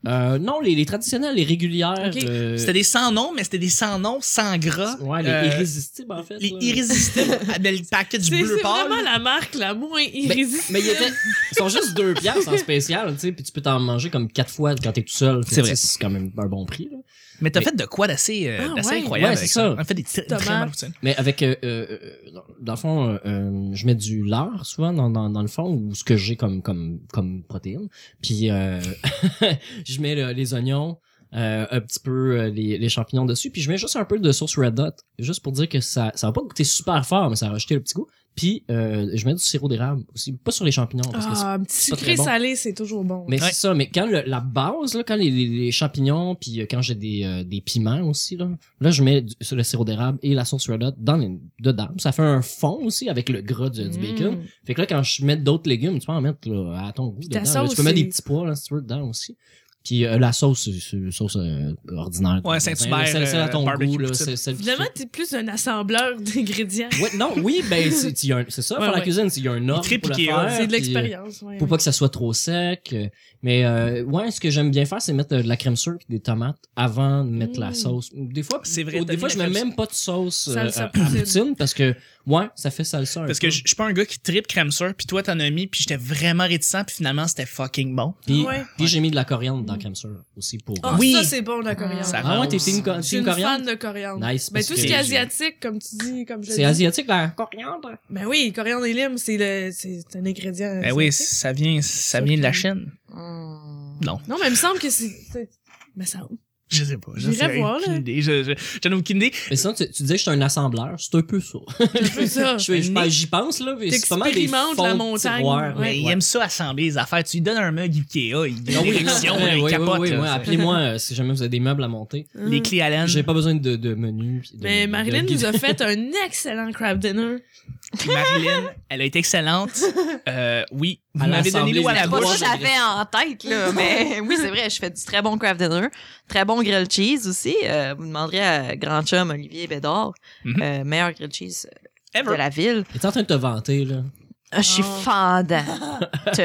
[SPEAKER 2] euh, non, les, les traditionnelles, les régulières.
[SPEAKER 3] Ok.
[SPEAKER 2] euh,
[SPEAKER 1] C'était des sans noms, mais c'était des sans noms, sans gras.
[SPEAKER 2] Ouais, les
[SPEAKER 1] Euh,
[SPEAKER 2] irrésistibles, en fait.
[SPEAKER 1] les
[SPEAKER 2] là.
[SPEAKER 1] <laughs> irrésistibles. avec le package
[SPEAKER 3] C'est
[SPEAKER 1] bleu
[SPEAKER 3] c'est
[SPEAKER 1] pâle.
[SPEAKER 3] vraiment la marque la moins
[SPEAKER 2] Ben,
[SPEAKER 3] irrésistible.
[SPEAKER 2] Mais ils étaient- ils sont juste deux piastres en spécial, tu sais, puis tu peux t'en manger comme quatre fois quand t'es tout seul.
[SPEAKER 1] C'est
[SPEAKER 2] C'est
[SPEAKER 1] vrai.
[SPEAKER 2] vrai. C'est quand même un bon prix, là.
[SPEAKER 1] Mais t'as
[SPEAKER 2] Mais-
[SPEAKER 1] fait de quoi d'assez euh,
[SPEAKER 3] Ah,
[SPEAKER 1] d'assez
[SPEAKER 3] ouais.
[SPEAKER 1] incroyable
[SPEAKER 2] Ouais,
[SPEAKER 1] avec
[SPEAKER 2] c'est
[SPEAKER 1] ça.
[SPEAKER 2] ça.
[SPEAKER 1] On fait des très, très
[SPEAKER 3] Tomates.
[SPEAKER 1] bonnes poutines.
[SPEAKER 2] Mais avec, euh, euh, euh, dans- dans le fond, euh, euh, je mets du lard souvent dans, dans, dans le fond ou ce que j'ai comme comme comme protéines. Puis euh, <laughs> je mets le- les oignons, euh, un petit peu euh, les, les champignons dessus. Puis je mets juste un peu de sauce Red Hot, juste pour dire que ça ça va pas goûter super fort, mais ça va rajouter le petit goût. Puis euh, je mets du sirop d'érable aussi, pas sur les champignons. Parce que c'est-
[SPEAKER 3] Ah, un petit
[SPEAKER 2] pas
[SPEAKER 3] sucré
[SPEAKER 2] très bon.
[SPEAKER 3] salé, c'est toujours bon.
[SPEAKER 2] mais
[SPEAKER 1] Ouais.
[SPEAKER 2] c'est ça, mais quand le- la base, là, quand les, les- les champignons, puis euh, quand j'ai des, euh, des piments aussi, là, là je mets du- sur le sirop d'érable et la sauce Red Hot dans les, dedans. Ça fait un fond aussi avec le gras du, du bacon.
[SPEAKER 3] Mm.
[SPEAKER 2] Fait que là, quand je mets d'autres légumes, tu peux en mettre là, à ton goût
[SPEAKER 3] ta
[SPEAKER 2] dedans. là.
[SPEAKER 3] sauce,
[SPEAKER 2] tu peux mettre des
[SPEAKER 3] c'est-
[SPEAKER 2] petits pois là, si tu veux dedans aussi. Puis euh, la sauce, c'est- c'est une sauce euh, ordinaire. Ben,
[SPEAKER 1] Ouais, Saint-Hubert,
[SPEAKER 2] Celle, celle à ton
[SPEAKER 1] euh, barbecue,
[SPEAKER 2] goût, là.
[SPEAKER 1] tout ça.
[SPEAKER 2] celle- celle qui-
[SPEAKER 3] Finalement, t'es plus un assembleur <laughs> d'ingrédients.
[SPEAKER 2] Ouais, non, oui, ben, c'est il y a un- c'est ça,
[SPEAKER 3] Ouais,
[SPEAKER 2] faire la
[SPEAKER 3] ouais.
[SPEAKER 2] cuisine, c'est- il y a un ordre
[SPEAKER 1] très
[SPEAKER 2] pour le
[SPEAKER 1] piqué,
[SPEAKER 2] faire,
[SPEAKER 1] hein.
[SPEAKER 3] C'est de
[SPEAKER 2] puis,
[SPEAKER 3] l'expérience, ouais.
[SPEAKER 2] euh, Faut pas que ça soit trop sec. euh, Mais euh, ouais, ce que j'aime bien faire, c'est mettre euh, de la crème sure et des tomates avant de mettre la
[SPEAKER 3] Mm.
[SPEAKER 2] sauce. Des fois,
[SPEAKER 1] C'est vrai,
[SPEAKER 2] oh,
[SPEAKER 1] t'as
[SPEAKER 2] des fois,
[SPEAKER 1] mis
[SPEAKER 2] je
[SPEAKER 1] la
[SPEAKER 2] mets
[SPEAKER 1] crème
[SPEAKER 2] même pas de sauce euh,
[SPEAKER 3] Salsa
[SPEAKER 2] à- à
[SPEAKER 3] poutine.
[SPEAKER 2] poutine parce que ouais, ça fait salsa. un
[SPEAKER 1] Parce que
[SPEAKER 2] peu.
[SPEAKER 1] je je suis pas un gars qui tripe crème sure, puis toi t'en as mis, puis j'étais vraiment réticent, puis finalement c'était fucking bon.
[SPEAKER 2] Puis,
[SPEAKER 3] Ouais.
[SPEAKER 2] puis j'ai mis de la coriandre dans la crème sure aussi pour.
[SPEAKER 3] Ah,
[SPEAKER 1] Oui.
[SPEAKER 3] ça, c'est bon, la coriandre.
[SPEAKER 1] Ça
[SPEAKER 2] ah ouais, t'es
[SPEAKER 1] rose.
[SPEAKER 2] une, co-
[SPEAKER 3] Je suis
[SPEAKER 2] t'es une
[SPEAKER 3] une fan
[SPEAKER 2] coriandre.
[SPEAKER 3] de coriandre.
[SPEAKER 2] Nice.
[SPEAKER 3] Ben,
[SPEAKER 2] parce
[SPEAKER 3] tout ce
[SPEAKER 2] que
[SPEAKER 3] qui est
[SPEAKER 2] j'ai-
[SPEAKER 3] asiatique, comme tu dis, comme je
[SPEAKER 2] C'est
[SPEAKER 3] dis.
[SPEAKER 2] asiatique la coriandre.
[SPEAKER 3] Ben oui, coriandre et lime, c'est le, c'est c'est un ingrédient.
[SPEAKER 1] Ben oui,
[SPEAKER 3] asiatique.
[SPEAKER 1] ça vient, ça vient de la Chine.
[SPEAKER 4] Hmm.
[SPEAKER 1] Non,
[SPEAKER 3] Non, mais il me semble que c'est, c'est- mais ça,
[SPEAKER 1] <laughs> je sais pas. Je
[SPEAKER 3] J'irai
[SPEAKER 1] sais
[SPEAKER 3] voir,
[SPEAKER 1] aucune
[SPEAKER 3] là.
[SPEAKER 1] idée. Je, je, j'en ai aucune idée.
[SPEAKER 2] Mais sinon, tu, tu disais que je suis un assembleur. C'est un peu ça.
[SPEAKER 3] c'est Ah, un peu ça.
[SPEAKER 2] Je suis- je
[SPEAKER 1] Nick,
[SPEAKER 2] pense- J'y pense, là. mais C'est pas mal des
[SPEAKER 3] t'expérimentes la
[SPEAKER 2] fonds de
[SPEAKER 3] montagne,
[SPEAKER 2] tiroirs,
[SPEAKER 3] ouais.
[SPEAKER 1] Mais il aime ça assembler les affaires. Tu lui donnes un mug Ikea, il donne
[SPEAKER 2] Ah
[SPEAKER 1] une
[SPEAKER 2] oui, <laughs>
[SPEAKER 1] érection,
[SPEAKER 2] ouais,
[SPEAKER 1] là, il
[SPEAKER 2] ouais,
[SPEAKER 1] capote.
[SPEAKER 2] ouais, ouais,
[SPEAKER 1] là.
[SPEAKER 2] ouais, appelez-moi euh, si jamais vous avez des meubles à monter.
[SPEAKER 3] Hein.
[SPEAKER 1] Les clés Allen.
[SPEAKER 2] J'ai pas besoin de, de menu. puis de-
[SPEAKER 3] Mais
[SPEAKER 2] de-
[SPEAKER 3] Marilyn
[SPEAKER 2] de-
[SPEAKER 3] nous a fait un excellent crab dinner.
[SPEAKER 1] Puis Marilyn, elle a été <laughs> excellente. Euh, oui, vous
[SPEAKER 2] Elle a
[SPEAKER 1] m'avez donné
[SPEAKER 2] assemblé
[SPEAKER 1] l'eau à
[SPEAKER 2] les
[SPEAKER 1] la
[SPEAKER 4] C'est pas
[SPEAKER 2] trois
[SPEAKER 1] bouche.
[SPEAKER 4] ça que j'avais en tête, là,
[SPEAKER 1] <laughs>
[SPEAKER 4] mais oui, c'est vrai, je fais du très bon craft dinner, très bon grilled cheese aussi. Euh, vous demanderez à grand chum Olivier Bédard,
[SPEAKER 1] Mhm.
[SPEAKER 4] euh, meilleur grilled cheese de
[SPEAKER 1] Ever.
[SPEAKER 4] la ville.
[SPEAKER 2] Elle est en train de te vanter, là.
[SPEAKER 4] Ah, Je suis
[SPEAKER 3] Oh.
[SPEAKER 4] fendante.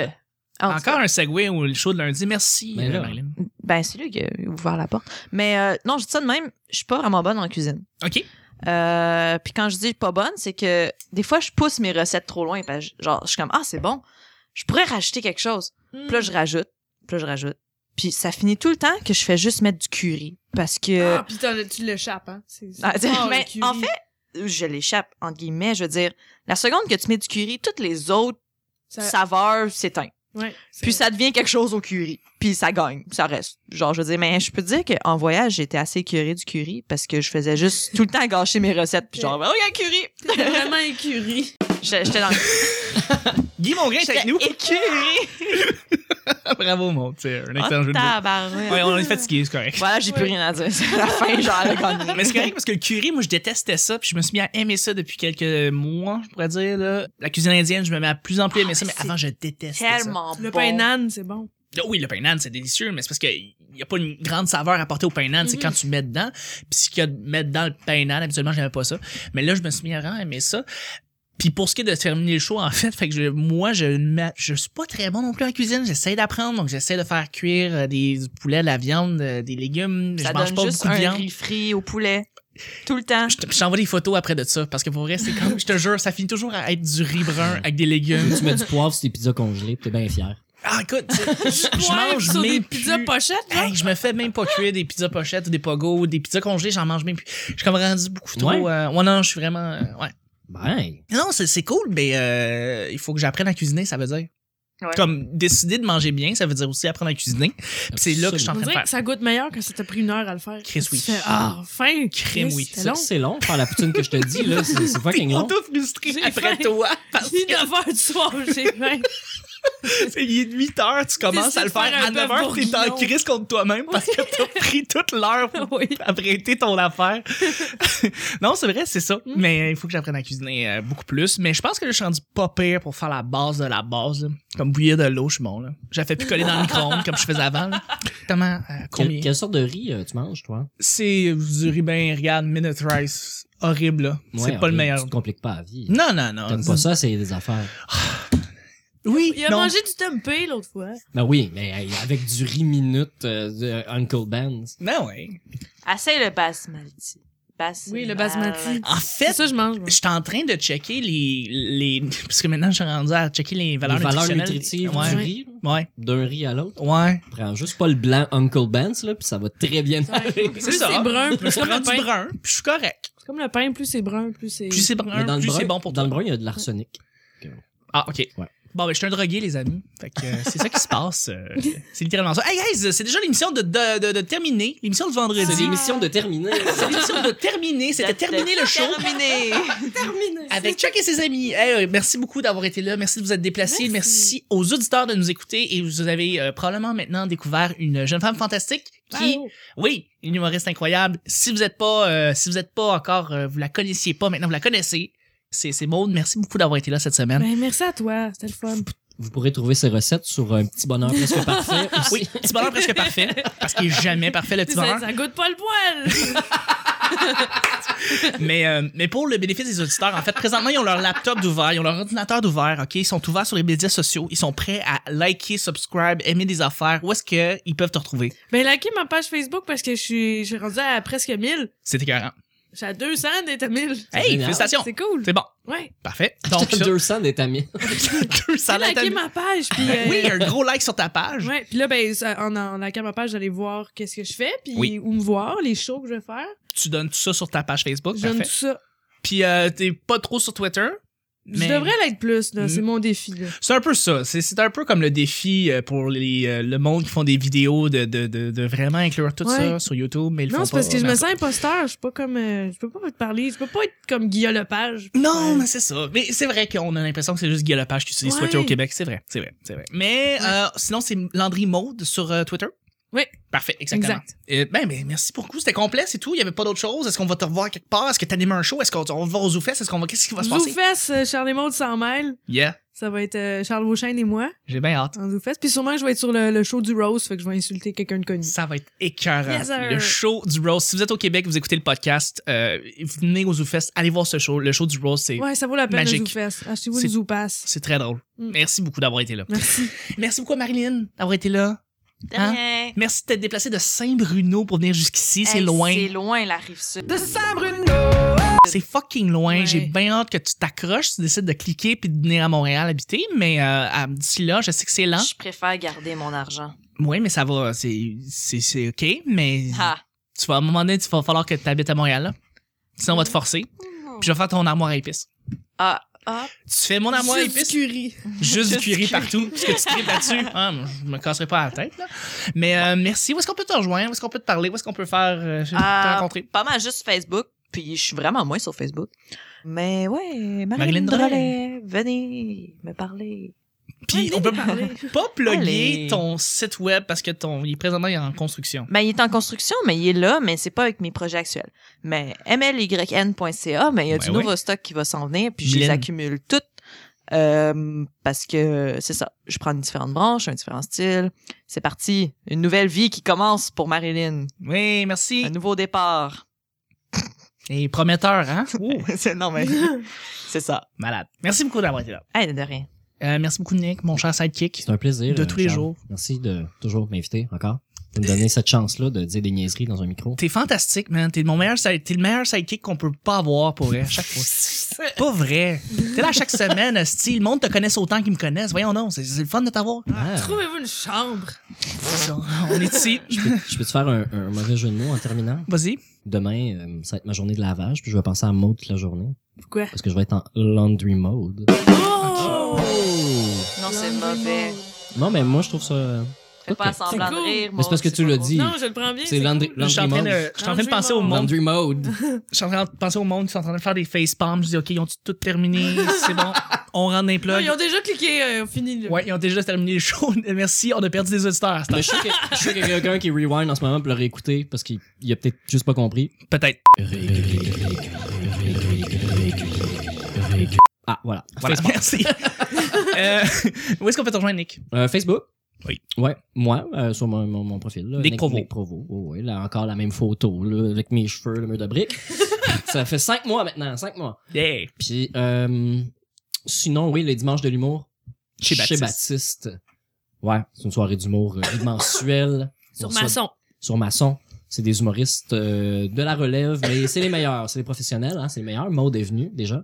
[SPEAKER 4] En tout cas,
[SPEAKER 1] Encore un segway ou le show de lundi. Merci,
[SPEAKER 2] Mais là.
[SPEAKER 1] euh, Marilyn.
[SPEAKER 4] Ben, c'est lui qui a ouvert la porte. Mais euh, non, je dis ça de même, je suis pas vraiment bonne en cuisine.
[SPEAKER 1] OK.
[SPEAKER 4] Euh, puis quand je dis pas bonne, c'est que des fois, je pousse mes recettes trop loin. Parce que, genre, je suis comme, ah, c'est bon, je pourrais rajouter quelque chose.
[SPEAKER 3] Mm.
[SPEAKER 4] Puis là, je rajoute, puis là, je rajoute. Puis ça finit tout le temps que je fais juste mettre du curry. Parce que
[SPEAKER 3] Ah, puis t'en- tu l'échappes, hein. C'est, c'est
[SPEAKER 4] <laughs> Ah, c'est-
[SPEAKER 3] fort, le
[SPEAKER 4] mais
[SPEAKER 3] curry.
[SPEAKER 4] en fait, je l'échappe, entre guillemets. Je veux dire, la seconde que tu mets du curry, toutes les autres
[SPEAKER 3] ça,
[SPEAKER 4] saveurs s'éteignent.
[SPEAKER 3] ouais,
[SPEAKER 4] Puis ça devient quelque chose au curry. Puis ça gagne, ça reste. Genre, je veux dire, mais je peux te dire qu'en voyage, j'étais assez curée du curry parce que je faisais juste tout le temps gâcher mes recettes. Puis genre, oh, il y a un
[SPEAKER 3] T'es
[SPEAKER 4] curry!
[SPEAKER 3] vraiment écurie.
[SPEAKER 4] J'étais j'étais dans le
[SPEAKER 1] Guy Mongrain est avec nous.
[SPEAKER 4] écuré!
[SPEAKER 1] <laughs> Bravo, mon petit. euh, Un excellent
[SPEAKER 4] Oh,
[SPEAKER 1] jeu de mots.
[SPEAKER 4] tabarouette.
[SPEAKER 1] Ouais, on est fatigué, c'est
[SPEAKER 4] <laughs>
[SPEAKER 1] correct.
[SPEAKER 4] Voilà, j'ai plus
[SPEAKER 3] Ouais.
[SPEAKER 4] rien à dire. C'est la fin, genre, elle a gagné.
[SPEAKER 1] Mais c'est correct parce que le curry, moi, je détestais ça, puis je me suis mis à aimer ça depuis quelques mois, je pourrais dire. Là. La cuisine indienne, je me mets à plus en plus à aimer ça, mais
[SPEAKER 4] mais
[SPEAKER 1] avant, je détestais
[SPEAKER 4] Ah, Tellement
[SPEAKER 3] Le
[SPEAKER 4] bon.
[SPEAKER 3] pain nan, c'est bon.
[SPEAKER 1] ça. Ah Oui, le pain nan, c'est délicieux, mais c'est parce qu'il n'y a pas une grande saveur apportée au pain nan, c'est
[SPEAKER 3] Mhm.
[SPEAKER 1] quand tu mets dedans. Puis ce qu'il y a de mettre dans le pain nan, habituellement, j'aimais pas ça. Mais là, je me suis mis à vraiment aimer ça. Puis pour ce qui est de terminer le show, en fait, <laughs> fait que je- moi, je ne- je suis pas très bon non plus en cuisine. J'essaie d'apprendre, donc j'essaie de faire cuire euh, des poulets, de la viande, euh, des légumes.
[SPEAKER 4] Ça
[SPEAKER 1] je mange
[SPEAKER 4] donne
[SPEAKER 1] pas
[SPEAKER 4] juste
[SPEAKER 1] beaucoup de
[SPEAKER 4] un
[SPEAKER 1] viande.
[SPEAKER 4] riz frit au poulet. Tout le temps.
[SPEAKER 1] Je te- je t'envoie des photos après de ça parce que pour vrai, c'est comme je te jure, ça finit toujours à être du riz brun avec des légumes.
[SPEAKER 2] Tu mets du poivre sur tes pizzas congelées, puis t'es bien fier.
[SPEAKER 1] Ah écoute, <laughs> je, je
[SPEAKER 3] Ouais,
[SPEAKER 1] mange
[SPEAKER 3] sur
[SPEAKER 1] mes
[SPEAKER 3] des pizzas pochettes, là.
[SPEAKER 1] Hey, je me fais même pas cuire des pizzas pochettes ou des pogos, des pizzas congelées, j'en mange même plus. Je suis comme rendu beaucoup trop.
[SPEAKER 2] Ouais.
[SPEAKER 1] euh, ouais, non, je suis vraiment. euh, ouais.
[SPEAKER 2] Ben,
[SPEAKER 1] Non, c'est, c'est cool, mais euh, il faut que j'apprenne à cuisiner, ça veut dire.
[SPEAKER 4] Ouais.
[SPEAKER 1] Comme décider de manger bien, ça veut dire aussi apprendre à cuisiner. Puis c'est là que je suis en
[SPEAKER 3] On
[SPEAKER 1] train de
[SPEAKER 3] dirait
[SPEAKER 1] faire.
[SPEAKER 3] que ça goûte meilleur quand ça t'a pris une heure à le faire.
[SPEAKER 1] Chris, oui.
[SPEAKER 3] Tu fais, ah, enfin, Chris,
[SPEAKER 1] oui.
[SPEAKER 3] c'était
[SPEAKER 2] Ça,
[SPEAKER 3] long.
[SPEAKER 2] C'est long, faire la poutine que je te dis, là. C'est c'est fucking
[SPEAKER 1] <laughs> On
[SPEAKER 2] long.
[SPEAKER 1] t'a frustré
[SPEAKER 3] J'ai
[SPEAKER 1] après
[SPEAKER 3] faim.
[SPEAKER 1] toi. Parce
[SPEAKER 3] Puis 9 heures du soir, j'ai faim.
[SPEAKER 1] Il est 8 heures, tu commences
[SPEAKER 3] Décide
[SPEAKER 1] à le
[SPEAKER 3] de
[SPEAKER 1] faire,
[SPEAKER 3] faire un
[SPEAKER 1] à 9
[SPEAKER 3] bœuf
[SPEAKER 1] heures, t'es en
[SPEAKER 3] bourguignon.
[SPEAKER 1] crise contre toi-même parce que t'as pris toute l'heure pour
[SPEAKER 3] <laughs> oui.
[SPEAKER 1] apprêter ton affaire. <laughs> non, c'est vrai, c'est ça.
[SPEAKER 3] Mm.
[SPEAKER 1] Mais il faut que j'apprenne à cuisiner euh, beaucoup plus. Mais je pense que là, je suis rendu pas pire pour faire la base de la base. là. Comme bouillir de l'eau, je suis bon. Là. Je la fais plus coller dans le micro-ondes comme je faisais avant. là. Comment, euh,
[SPEAKER 2] Quelle-
[SPEAKER 1] combien?
[SPEAKER 2] quelle sorte de riz euh, tu manges, toi?
[SPEAKER 1] C'est du ribin, regarde, minute rice. Horrible, là. c'est
[SPEAKER 2] Ouais,
[SPEAKER 1] pas
[SPEAKER 2] ok,
[SPEAKER 1] le meilleur.
[SPEAKER 2] Tu te compliques pas la vie.
[SPEAKER 1] Non, non, non.
[SPEAKER 2] T'aimes pas ça, c'est des affaires.
[SPEAKER 1] Oui,
[SPEAKER 3] Il a
[SPEAKER 1] non.
[SPEAKER 3] mangé du tempeh l'autre fois.
[SPEAKER 2] Ben oui, mais hey, avec du riz minute euh, de Uncle Ben's.
[SPEAKER 1] Ben ouais.
[SPEAKER 4] Essaye le basmati. euh, Basmati.
[SPEAKER 3] Oui, le basmati.
[SPEAKER 1] Ah, En
[SPEAKER 3] C'est
[SPEAKER 1] fait,
[SPEAKER 3] ça, je mange. moi.
[SPEAKER 1] Je suis en train de checker les, les. <laughs> Parce que maintenant, je suis rendu à checker les valeurs
[SPEAKER 2] Les valeurs
[SPEAKER 1] nutritionnelles.
[SPEAKER 2] nutritives
[SPEAKER 1] Ouais.
[SPEAKER 2] du riz, là.
[SPEAKER 1] Ouais.
[SPEAKER 2] d'un riz à l'autre.
[SPEAKER 1] Ouais.
[SPEAKER 2] Prends juste pas le blanc Uncle Ben's, là, puis ça va très bien aller.
[SPEAKER 3] Plus
[SPEAKER 1] C'est ça.
[SPEAKER 3] c'est
[SPEAKER 1] <laughs>
[SPEAKER 3] brun, plus
[SPEAKER 1] Je
[SPEAKER 3] comme
[SPEAKER 1] prends
[SPEAKER 3] le
[SPEAKER 1] du
[SPEAKER 3] pain.
[SPEAKER 1] brun, puis je suis correct.
[SPEAKER 3] C'est Comme le pain, plus c'est brun, plus c'est.
[SPEAKER 1] Plus c'est
[SPEAKER 2] Mais dans
[SPEAKER 1] brun,
[SPEAKER 2] le
[SPEAKER 1] plus
[SPEAKER 2] brun,
[SPEAKER 1] c'est bon pour
[SPEAKER 2] dans
[SPEAKER 1] toi.
[SPEAKER 2] le brun, il y a de l'arsenic.
[SPEAKER 1] Ah, OK.
[SPEAKER 2] Ouais.
[SPEAKER 1] Bon, ben, je suis un drogué, les amis. Fait que euh, c'est ça qui se passe.
[SPEAKER 2] <laughs>
[SPEAKER 1] euh, c'est littéralement ça. Hey, guys, c'est déjà l'émission de, de, de, de terminer. L'émission de vendredi.
[SPEAKER 2] C'est l'émission de terminer.
[SPEAKER 1] <laughs> C'est l'émission de terminer. C'était terminer le show. <laughs>
[SPEAKER 4] Terminé.
[SPEAKER 3] terminé.
[SPEAKER 1] avec Chuck et ses amis. Hey, euh, merci beaucoup d'avoir été là. Merci de vous être déplacés. Merci.
[SPEAKER 3] Merci.
[SPEAKER 1] aux auditeurs de nous écouter. Et vous avez euh, probablement maintenant découvert une jeune femme fantastique qui, oui, une humoriste incroyable. Si vous n'êtes pas, euh, si vous êtes pas encore, euh, vous la connaissiez pas, maintenant vous la connaissez. C'est c'est Maude. Merci beaucoup d'avoir été là cette semaine.
[SPEAKER 3] Ben, merci à toi, c'était le fun.
[SPEAKER 2] Vous pourrez trouver ces recettes sur euh, un petit bonheur <laughs> presque parfait. aussi.
[SPEAKER 1] Oui, petit bonheur presque parfait. Parce qu'il est jamais parfait, le petit
[SPEAKER 3] Ça,
[SPEAKER 1] bonheur.
[SPEAKER 3] ça goûte pas
[SPEAKER 1] <laughs>
[SPEAKER 3] le poil!
[SPEAKER 1] Mais, euh, mais pour le bénéfice des auditeurs, en fait, présentement, ils ont leur laptop d'ouvert, ils ont leur ordinateur d'ouvert, OK? Ils sont ouverts sur les médias sociaux, ils sont prêts à liker, subscribe, aimer des affaires. Où est-ce qu'ils peuvent te retrouver?
[SPEAKER 3] ben, likez ma page Facebook parce que je suis, je suis rendue à presque 1000.
[SPEAKER 1] C'est écœurant.
[SPEAKER 3] J'ai à 200 d'être à 1000.
[SPEAKER 1] Hey,
[SPEAKER 2] génial.
[SPEAKER 1] félicitations!
[SPEAKER 3] C'est cool.
[SPEAKER 1] C'est bon.
[SPEAKER 3] Ouais.
[SPEAKER 1] Parfait.
[SPEAKER 3] <laughs>
[SPEAKER 1] Donc,
[SPEAKER 2] Donc,
[SPEAKER 1] ça, <laughs>
[SPEAKER 2] 200 d'étamines.
[SPEAKER 1] deux salades à
[SPEAKER 3] Likez
[SPEAKER 1] mi-
[SPEAKER 3] ma page, puis euh,
[SPEAKER 1] Ben Oui, un gros like sur ta page.
[SPEAKER 3] Ouais, puis là, ben, ça- en, en likant ma page, j'allais voir qu'est-ce que je fais, puis
[SPEAKER 1] Oui.
[SPEAKER 3] où me voir, les shows que je vais faire.
[SPEAKER 1] Tu donnes tout ça sur ta page Facebook.
[SPEAKER 3] Je donne
[SPEAKER 1] Parfait.
[SPEAKER 3] tout ça.
[SPEAKER 1] Puis euh, t'es pas trop sur Twitter. Mais-
[SPEAKER 3] Je devrais l'être plus, là.
[SPEAKER 1] Mm.
[SPEAKER 3] C'est mon défi, là.
[SPEAKER 1] C'est un peu ça. C'est- C'est un peu comme le défi euh, pour les, euh, le monde qui font des vidéos de, de, de, de vraiment inclure tout
[SPEAKER 3] Ouais.
[SPEAKER 1] ça sur YouTube, mais ils le font
[SPEAKER 3] Non, c'est parce
[SPEAKER 1] pas
[SPEAKER 3] que je me
[SPEAKER 1] vraiment.
[SPEAKER 3] sens imposteur. Je suis pas comme. euh, je peux pas te parler. Je peux pas être comme Guillaume Lepage.
[SPEAKER 1] Non,
[SPEAKER 3] Ouais.
[SPEAKER 1] mais c'est ça. Mais c'est vrai qu'on a l'impression que c'est juste Guy Lepage qui utilise
[SPEAKER 3] Ouais.
[SPEAKER 1] Twitter au Québec. C'est vrai, c'est vrai, c'est vrai. Mais euh, sinon, c'est Landry Maude sur euh, Twitter.
[SPEAKER 3] Oui.
[SPEAKER 1] Parfait, exactement.
[SPEAKER 3] Exact.
[SPEAKER 1] Euh, ben, mais merci beaucoup. C'était complet, c'est tout. Il n'y avait pas d'autre chose. Est-ce qu'on va te revoir quelque part? Est-ce que tu animes un show? Est-ce qu'on on va aux Zoufesses? Est-ce qu'on va. Qu'est-ce qui va se passer?
[SPEAKER 3] Zoufesse, euh, Charles et Maud s'en mêle.
[SPEAKER 1] Yeah.
[SPEAKER 3] Ça va être euh, Charles Beauchesne et moi
[SPEAKER 1] J'ai bien hâte.
[SPEAKER 3] en Zoufesse. Puis sûrement, que je vais être sur le, le show du Rose, fait que je vais insulter quelqu'un de connu.
[SPEAKER 1] Ça va être écœurant.
[SPEAKER 3] Yes, sir.
[SPEAKER 1] le show du Rose. Si vous êtes au Québec, vous écoutez le podcast, euh, venez aux Zoufest, allez voir ce show. Le show du Rose, c'est
[SPEAKER 3] Ouais, ça vaut la peine,
[SPEAKER 1] Magique.
[SPEAKER 3] le Zoufesse. Achetez-vous
[SPEAKER 1] C'est-
[SPEAKER 3] une Zoupasse.
[SPEAKER 1] c'est très drôle.
[SPEAKER 3] Mm.
[SPEAKER 1] Merci beaucoup d'avoir été là. <laughs>
[SPEAKER 3] Merci.
[SPEAKER 1] Merci beaucoup à Marilyn d'avoir été là. Hein?
[SPEAKER 4] Hey,
[SPEAKER 1] Merci de t'être déplacé de Saint-Bruno pour venir jusqu'ici. C'est loin.
[SPEAKER 4] C'est loin, la rive sud.
[SPEAKER 1] C'est fucking loin.
[SPEAKER 3] Ouais.
[SPEAKER 1] J'ai bien hâte que tu t'accroches, tu décides de cliquer puis de venir à Montréal habiter. Mais euh, à- d'ici là, je sais que c'est lent.
[SPEAKER 4] Je préfère garder mon argent.
[SPEAKER 1] Oui, mais ça va. C'est c'est- c'est OK. Mais
[SPEAKER 4] Ah.
[SPEAKER 1] tu vas, à un moment donné, il va falloir que tu habites à Montréal. là. Sinon, on va te forcer. Puis je vais faire ton armoire à épices.
[SPEAKER 4] Ah. Ah.
[SPEAKER 1] Tu fais mon armoire à
[SPEAKER 3] Juste
[SPEAKER 1] épices.
[SPEAKER 3] du curry.
[SPEAKER 1] Juste du
[SPEAKER 4] Juste du
[SPEAKER 1] curry partout, parce que tu tripes là-dessus. Ah, moi, je me casserai pas la tête, là. Mais euh, merci. Où est-ce qu'on peut te rejoindre? Où est-ce qu'on peut te parler? Où est-ce qu'on peut faire euh, te
[SPEAKER 4] Ah,
[SPEAKER 1] rencontrer?
[SPEAKER 4] Pas mal juste Facebook. Puis je suis vraiment moins sur Facebook. Mais ouais,
[SPEAKER 1] Marilyn
[SPEAKER 4] Marilyn Drolet, venez me parler.
[SPEAKER 1] Puis
[SPEAKER 3] venez
[SPEAKER 1] on peut
[SPEAKER 3] nous parler.
[SPEAKER 1] <laughs> pas plugger
[SPEAKER 4] Allez.
[SPEAKER 1] ton site web parce que ton il est présentement il est en construction.
[SPEAKER 4] Ben, il est en construction, mais il est là, mais c'est pas avec mes projets actuels. Mais mlyn.ca, mais il y a
[SPEAKER 1] Ben
[SPEAKER 4] du
[SPEAKER 1] oui.
[SPEAKER 4] nouveau stock qui va s'en venir, puis je les
[SPEAKER 1] Mylène.
[SPEAKER 4] accumule toutes. euh, parce que c'est ça, je prends une différente branche, un différent style. C'est parti, une nouvelle vie qui commence pour Marilyn,
[SPEAKER 1] Oui, merci.
[SPEAKER 4] un nouveau départ.
[SPEAKER 1] Et prometteur, hein? Ouh,
[SPEAKER 4] <laughs> C'est- non mais <laughs> c'est ça.
[SPEAKER 1] malade. Merci beaucoup d'avoir été là.
[SPEAKER 4] Hey, de rien.
[SPEAKER 1] Euh, merci beaucoup, Nick, mon cher sidekick.
[SPEAKER 2] C'est un plaisir.
[SPEAKER 1] De
[SPEAKER 2] euh,
[SPEAKER 1] tous les
[SPEAKER 2] Charles.
[SPEAKER 1] jours.
[SPEAKER 2] Merci de toujours m'inviter encore. De me donner cette chance-là de dire des niaiseries dans un micro.
[SPEAKER 1] T'es fantastique, man. T'es mon meilleur, side- t'es le meilleur sidekick qu'on peut pas avoir pour vrai, à chaque fois. C'est pas vrai. T'es là à chaque semaine, si le monde te connaisse autant qu'ils me connaissent. Voyons donc, c'est c'est le fun de t'avoir.
[SPEAKER 2] Ah,
[SPEAKER 3] Trouvez-vous une chambre.
[SPEAKER 1] On est ici.
[SPEAKER 2] je peux, je peux te faire un, un mauvais jeu de mots en terminant?
[SPEAKER 1] Vas-y.
[SPEAKER 2] Demain, euh, ça va être ma journée de lavage, puis je vais penser à mode toute la journée.
[SPEAKER 3] Pourquoi?
[SPEAKER 2] Parce que je vais être en laundry mode.
[SPEAKER 3] Oh!
[SPEAKER 4] Non, c'est mauvais.
[SPEAKER 2] Non, mais moi, je trouve ça... euh,
[SPEAKER 4] Fais pas
[SPEAKER 2] Ok.
[SPEAKER 4] semblant
[SPEAKER 3] C'est
[SPEAKER 4] de
[SPEAKER 3] cool.
[SPEAKER 4] rire.
[SPEAKER 2] Mais c'est parce
[SPEAKER 4] Maud,
[SPEAKER 2] que tu l'as
[SPEAKER 4] pas
[SPEAKER 2] dit.
[SPEAKER 4] cool.
[SPEAKER 3] Non, je le prends bien.
[SPEAKER 2] C'est laundry,
[SPEAKER 1] Je suis en train
[SPEAKER 2] laundry mode.
[SPEAKER 1] de, je suis en train de penser au monde.
[SPEAKER 2] Laundry mode.
[SPEAKER 1] Je suis en train de penser au monde qui sont en train de faire des facepalms. Je dis, OK, ils ont tout terminé. C'est bon. On rentre dans les
[SPEAKER 3] Non,
[SPEAKER 1] plugs.
[SPEAKER 3] ils ont déjà cliqué, euh, fini. Là.
[SPEAKER 1] Ouais, ils ont déjà terminé le show. <laughs> Merci, on a perdu des auditeurs. à cette
[SPEAKER 2] Mais je sais que- je sais qu'il y a quelqu'un qui rewind en ce moment pour le réécouter parce qu'il il a peut-être juste pas compris.
[SPEAKER 1] heure. Peut-être.
[SPEAKER 2] Ah, voilà.
[SPEAKER 1] Voilà, <laughs> merci. Euh, où est-ce qu'on peut te rejoindre, Nick?
[SPEAKER 2] Euh, Facebook.
[SPEAKER 1] Oui.
[SPEAKER 2] Ouais, moi, euh, sur mon, mon, mon profil. Là,
[SPEAKER 1] Nick Provo.
[SPEAKER 2] Provo. Oh, ouais, là, encore la même photo, là, avec mes cheveux, le mur de briques.
[SPEAKER 1] <laughs>
[SPEAKER 2] ça fait cinq mois maintenant, cinq mois.
[SPEAKER 1] Yeah.
[SPEAKER 2] Puis, euh, sinon, oui, les dimanches de l'humour.
[SPEAKER 1] Chez Baptiste.
[SPEAKER 2] Ouais, c'est une soirée
[SPEAKER 1] <laughs>
[SPEAKER 2] d'humour euh, mensuelle.
[SPEAKER 3] Sur
[SPEAKER 2] On reçoit-
[SPEAKER 3] maçon.
[SPEAKER 2] sur Masson. C'est des humoristes euh, de la relève, mais c'est les meilleurs, c'est les professionnels, hein, c'est les meilleurs. Maud est venu déjà.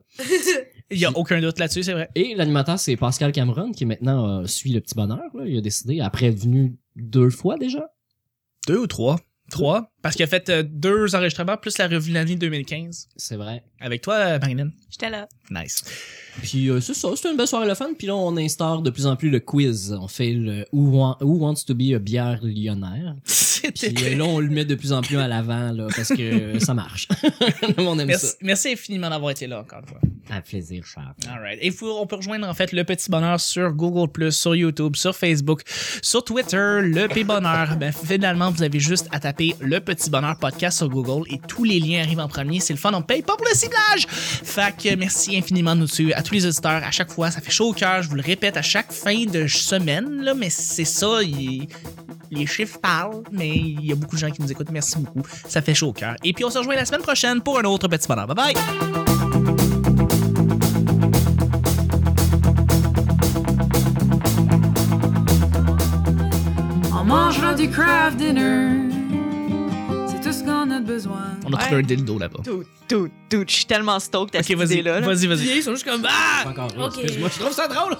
[SPEAKER 1] Il y a aucun doute là-dessus, c'est vrai.
[SPEAKER 2] Et l'animateur, c'est Pascal Cameron, qui maintenant euh, suit le petit bonheur. là. Il a décidé, après être venu deux fois déjà.
[SPEAKER 1] Deux ou trois? Trois. Parce qu'il a fait euh, deux enregistrements plus la revue de l'année 2015.
[SPEAKER 2] C'est vrai.
[SPEAKER 1] Avec toi, euh, Marilyn.
[SPEAKER 4] J'étais là.
[SPEAKER 1] Nice.
[SPEAKER 2] Puis euh, c'est ça, c'était une belle soirée le fun. Puis là, on instaure de plus en plus le quiz. On fait le Who, Want- Who Wants to be a bière lyonnaire? <laughs> Puis euh, là, on le met de plus en plus à l'avant, là, parce que euh, ça marche. <laughs> Le monde aime
[SPEAKER 1] Merci, merci infiniment d'avoir été là encore une fois.
[SPEAKER 2] ça. À plaisir, Charles.
[SPEAKER 1] All right. Et vous- on peut rejoindre en fait le Petit Bonheur sur Google+, sur YouTube, sur Facebook, sur Twitter, le P Bonheur. Ben, finalement, vous avez juste à taper le Petit Bonheur podcast sur Google et tous les liens arrivent en premier. C'est le fun, on paye pas pour le ciblage. Fait que merci infiniment de nous suivre à tous les auditeurs à chaque fois. Ça fait chaud au cœur. Je vous le répète à chaque fin de semaine, là, mais c'est ça. il- les chiffres parlent, mais il y a beaucoup de gens qui nous écoutent. Merci beaucoup. Ça fait chaud au cœur. Et puis on se rejoint la semaine prochaine pour un autre Petit Bonheur. Bye bye.
[SPEAKER 5] On mangera du craft dinner. C'est tout ce qu'on a de besoin.
[SPEAKER 1] On a trouvé un dildo là-bas.
[SPEAKER 4] Tout, tout, tout. Je suis tellement stoked à
[SPEAKER 1] Ok,
[SPEAKER 4] cette
[SPEAKER 1] vas-y,
[SPEAKER 4] idée-là. là.
[SPEAKER 1] vas-y, vas-y.
[SPEAKER 4] <laughs>
[SPEAKER 3] Ils sont juste comme
[SPEAKER 2] Pas
[SPEAKER 3] ah.
[SPEAKER 2] encore là,
[SPEAKER 3] Ok.
[SPEAKER 2] excuse-moi.
[SPEAKER 1] Je trouve ça drôle.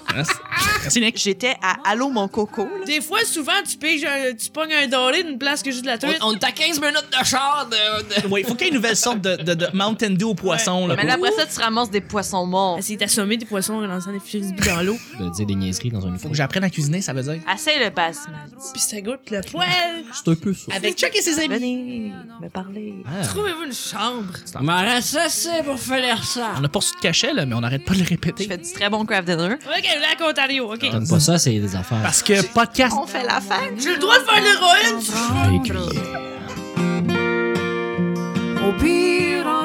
[SPEAKER 1] Merci, Nick.
[SPEAKER 4] J'étais à Allô mon coco. là.
[SPEAKER 3] Des fois, souvent, tu piges, un- tu pognes un dolé d'une place que juste de la truite.
[SPEAKER 2] On, on est à 15 minutes de char de... de-
[SPEAKER 1] Oui, il faut qu'il y ait une nouvelle sorte de, de, de Mountain Dew au poisson.
[SPEAKER 4] Mais là,
[SPEAKER 1] là,
[SPEAKER 4] après ça, tu ramasses des poissons morts.
[SPEAKER 3] Essayer d'assommer des poissons en lançant des frisbees dans l'eau.
[SPEAKER 2] de dire des niaiseries dans un
[SPEAKER 1] faut
[SPEAKER 2] micro.
[SPEAKER 1] que j'apprenne à cuisiner, ça veut dire.
[SPEAKER 4] Assez le basmati.
[SPEAKER 3] Puis ça goûte le poêle.
[SPEAKER 2] C'est un peu ça.
[SPEAKER 1] Avec Chuck et ses amis.
[SPEAKER 4] Venez me parler.
[SPEAKER 3] Trouvez-vous une chambre.
[SPEAKER 2] Mais ça, c'est pour faire ça.
[SPEAKER 1] On n'a pas su de cachet, là, mais on n'arrête pas de le
[SPEAKER 4] Je
[SPEAKER 1] répéter.
[SPEAKER 4] fais du très bon craft dinner.
[SPEAKER 3] Ok, Black Ontario, ok.
[SPEAKER 2] T'aimes pas ça, c'est des affaires.
[SPEAKER 1] Parce que podcast.
[SPEAKER 4] On fait la fête.
[SPEAKER 3] J'ai le droit de faire l'héroïne.
[SPEAKER 2] Des cuillères.
[SPEAKER 5] Au pire, on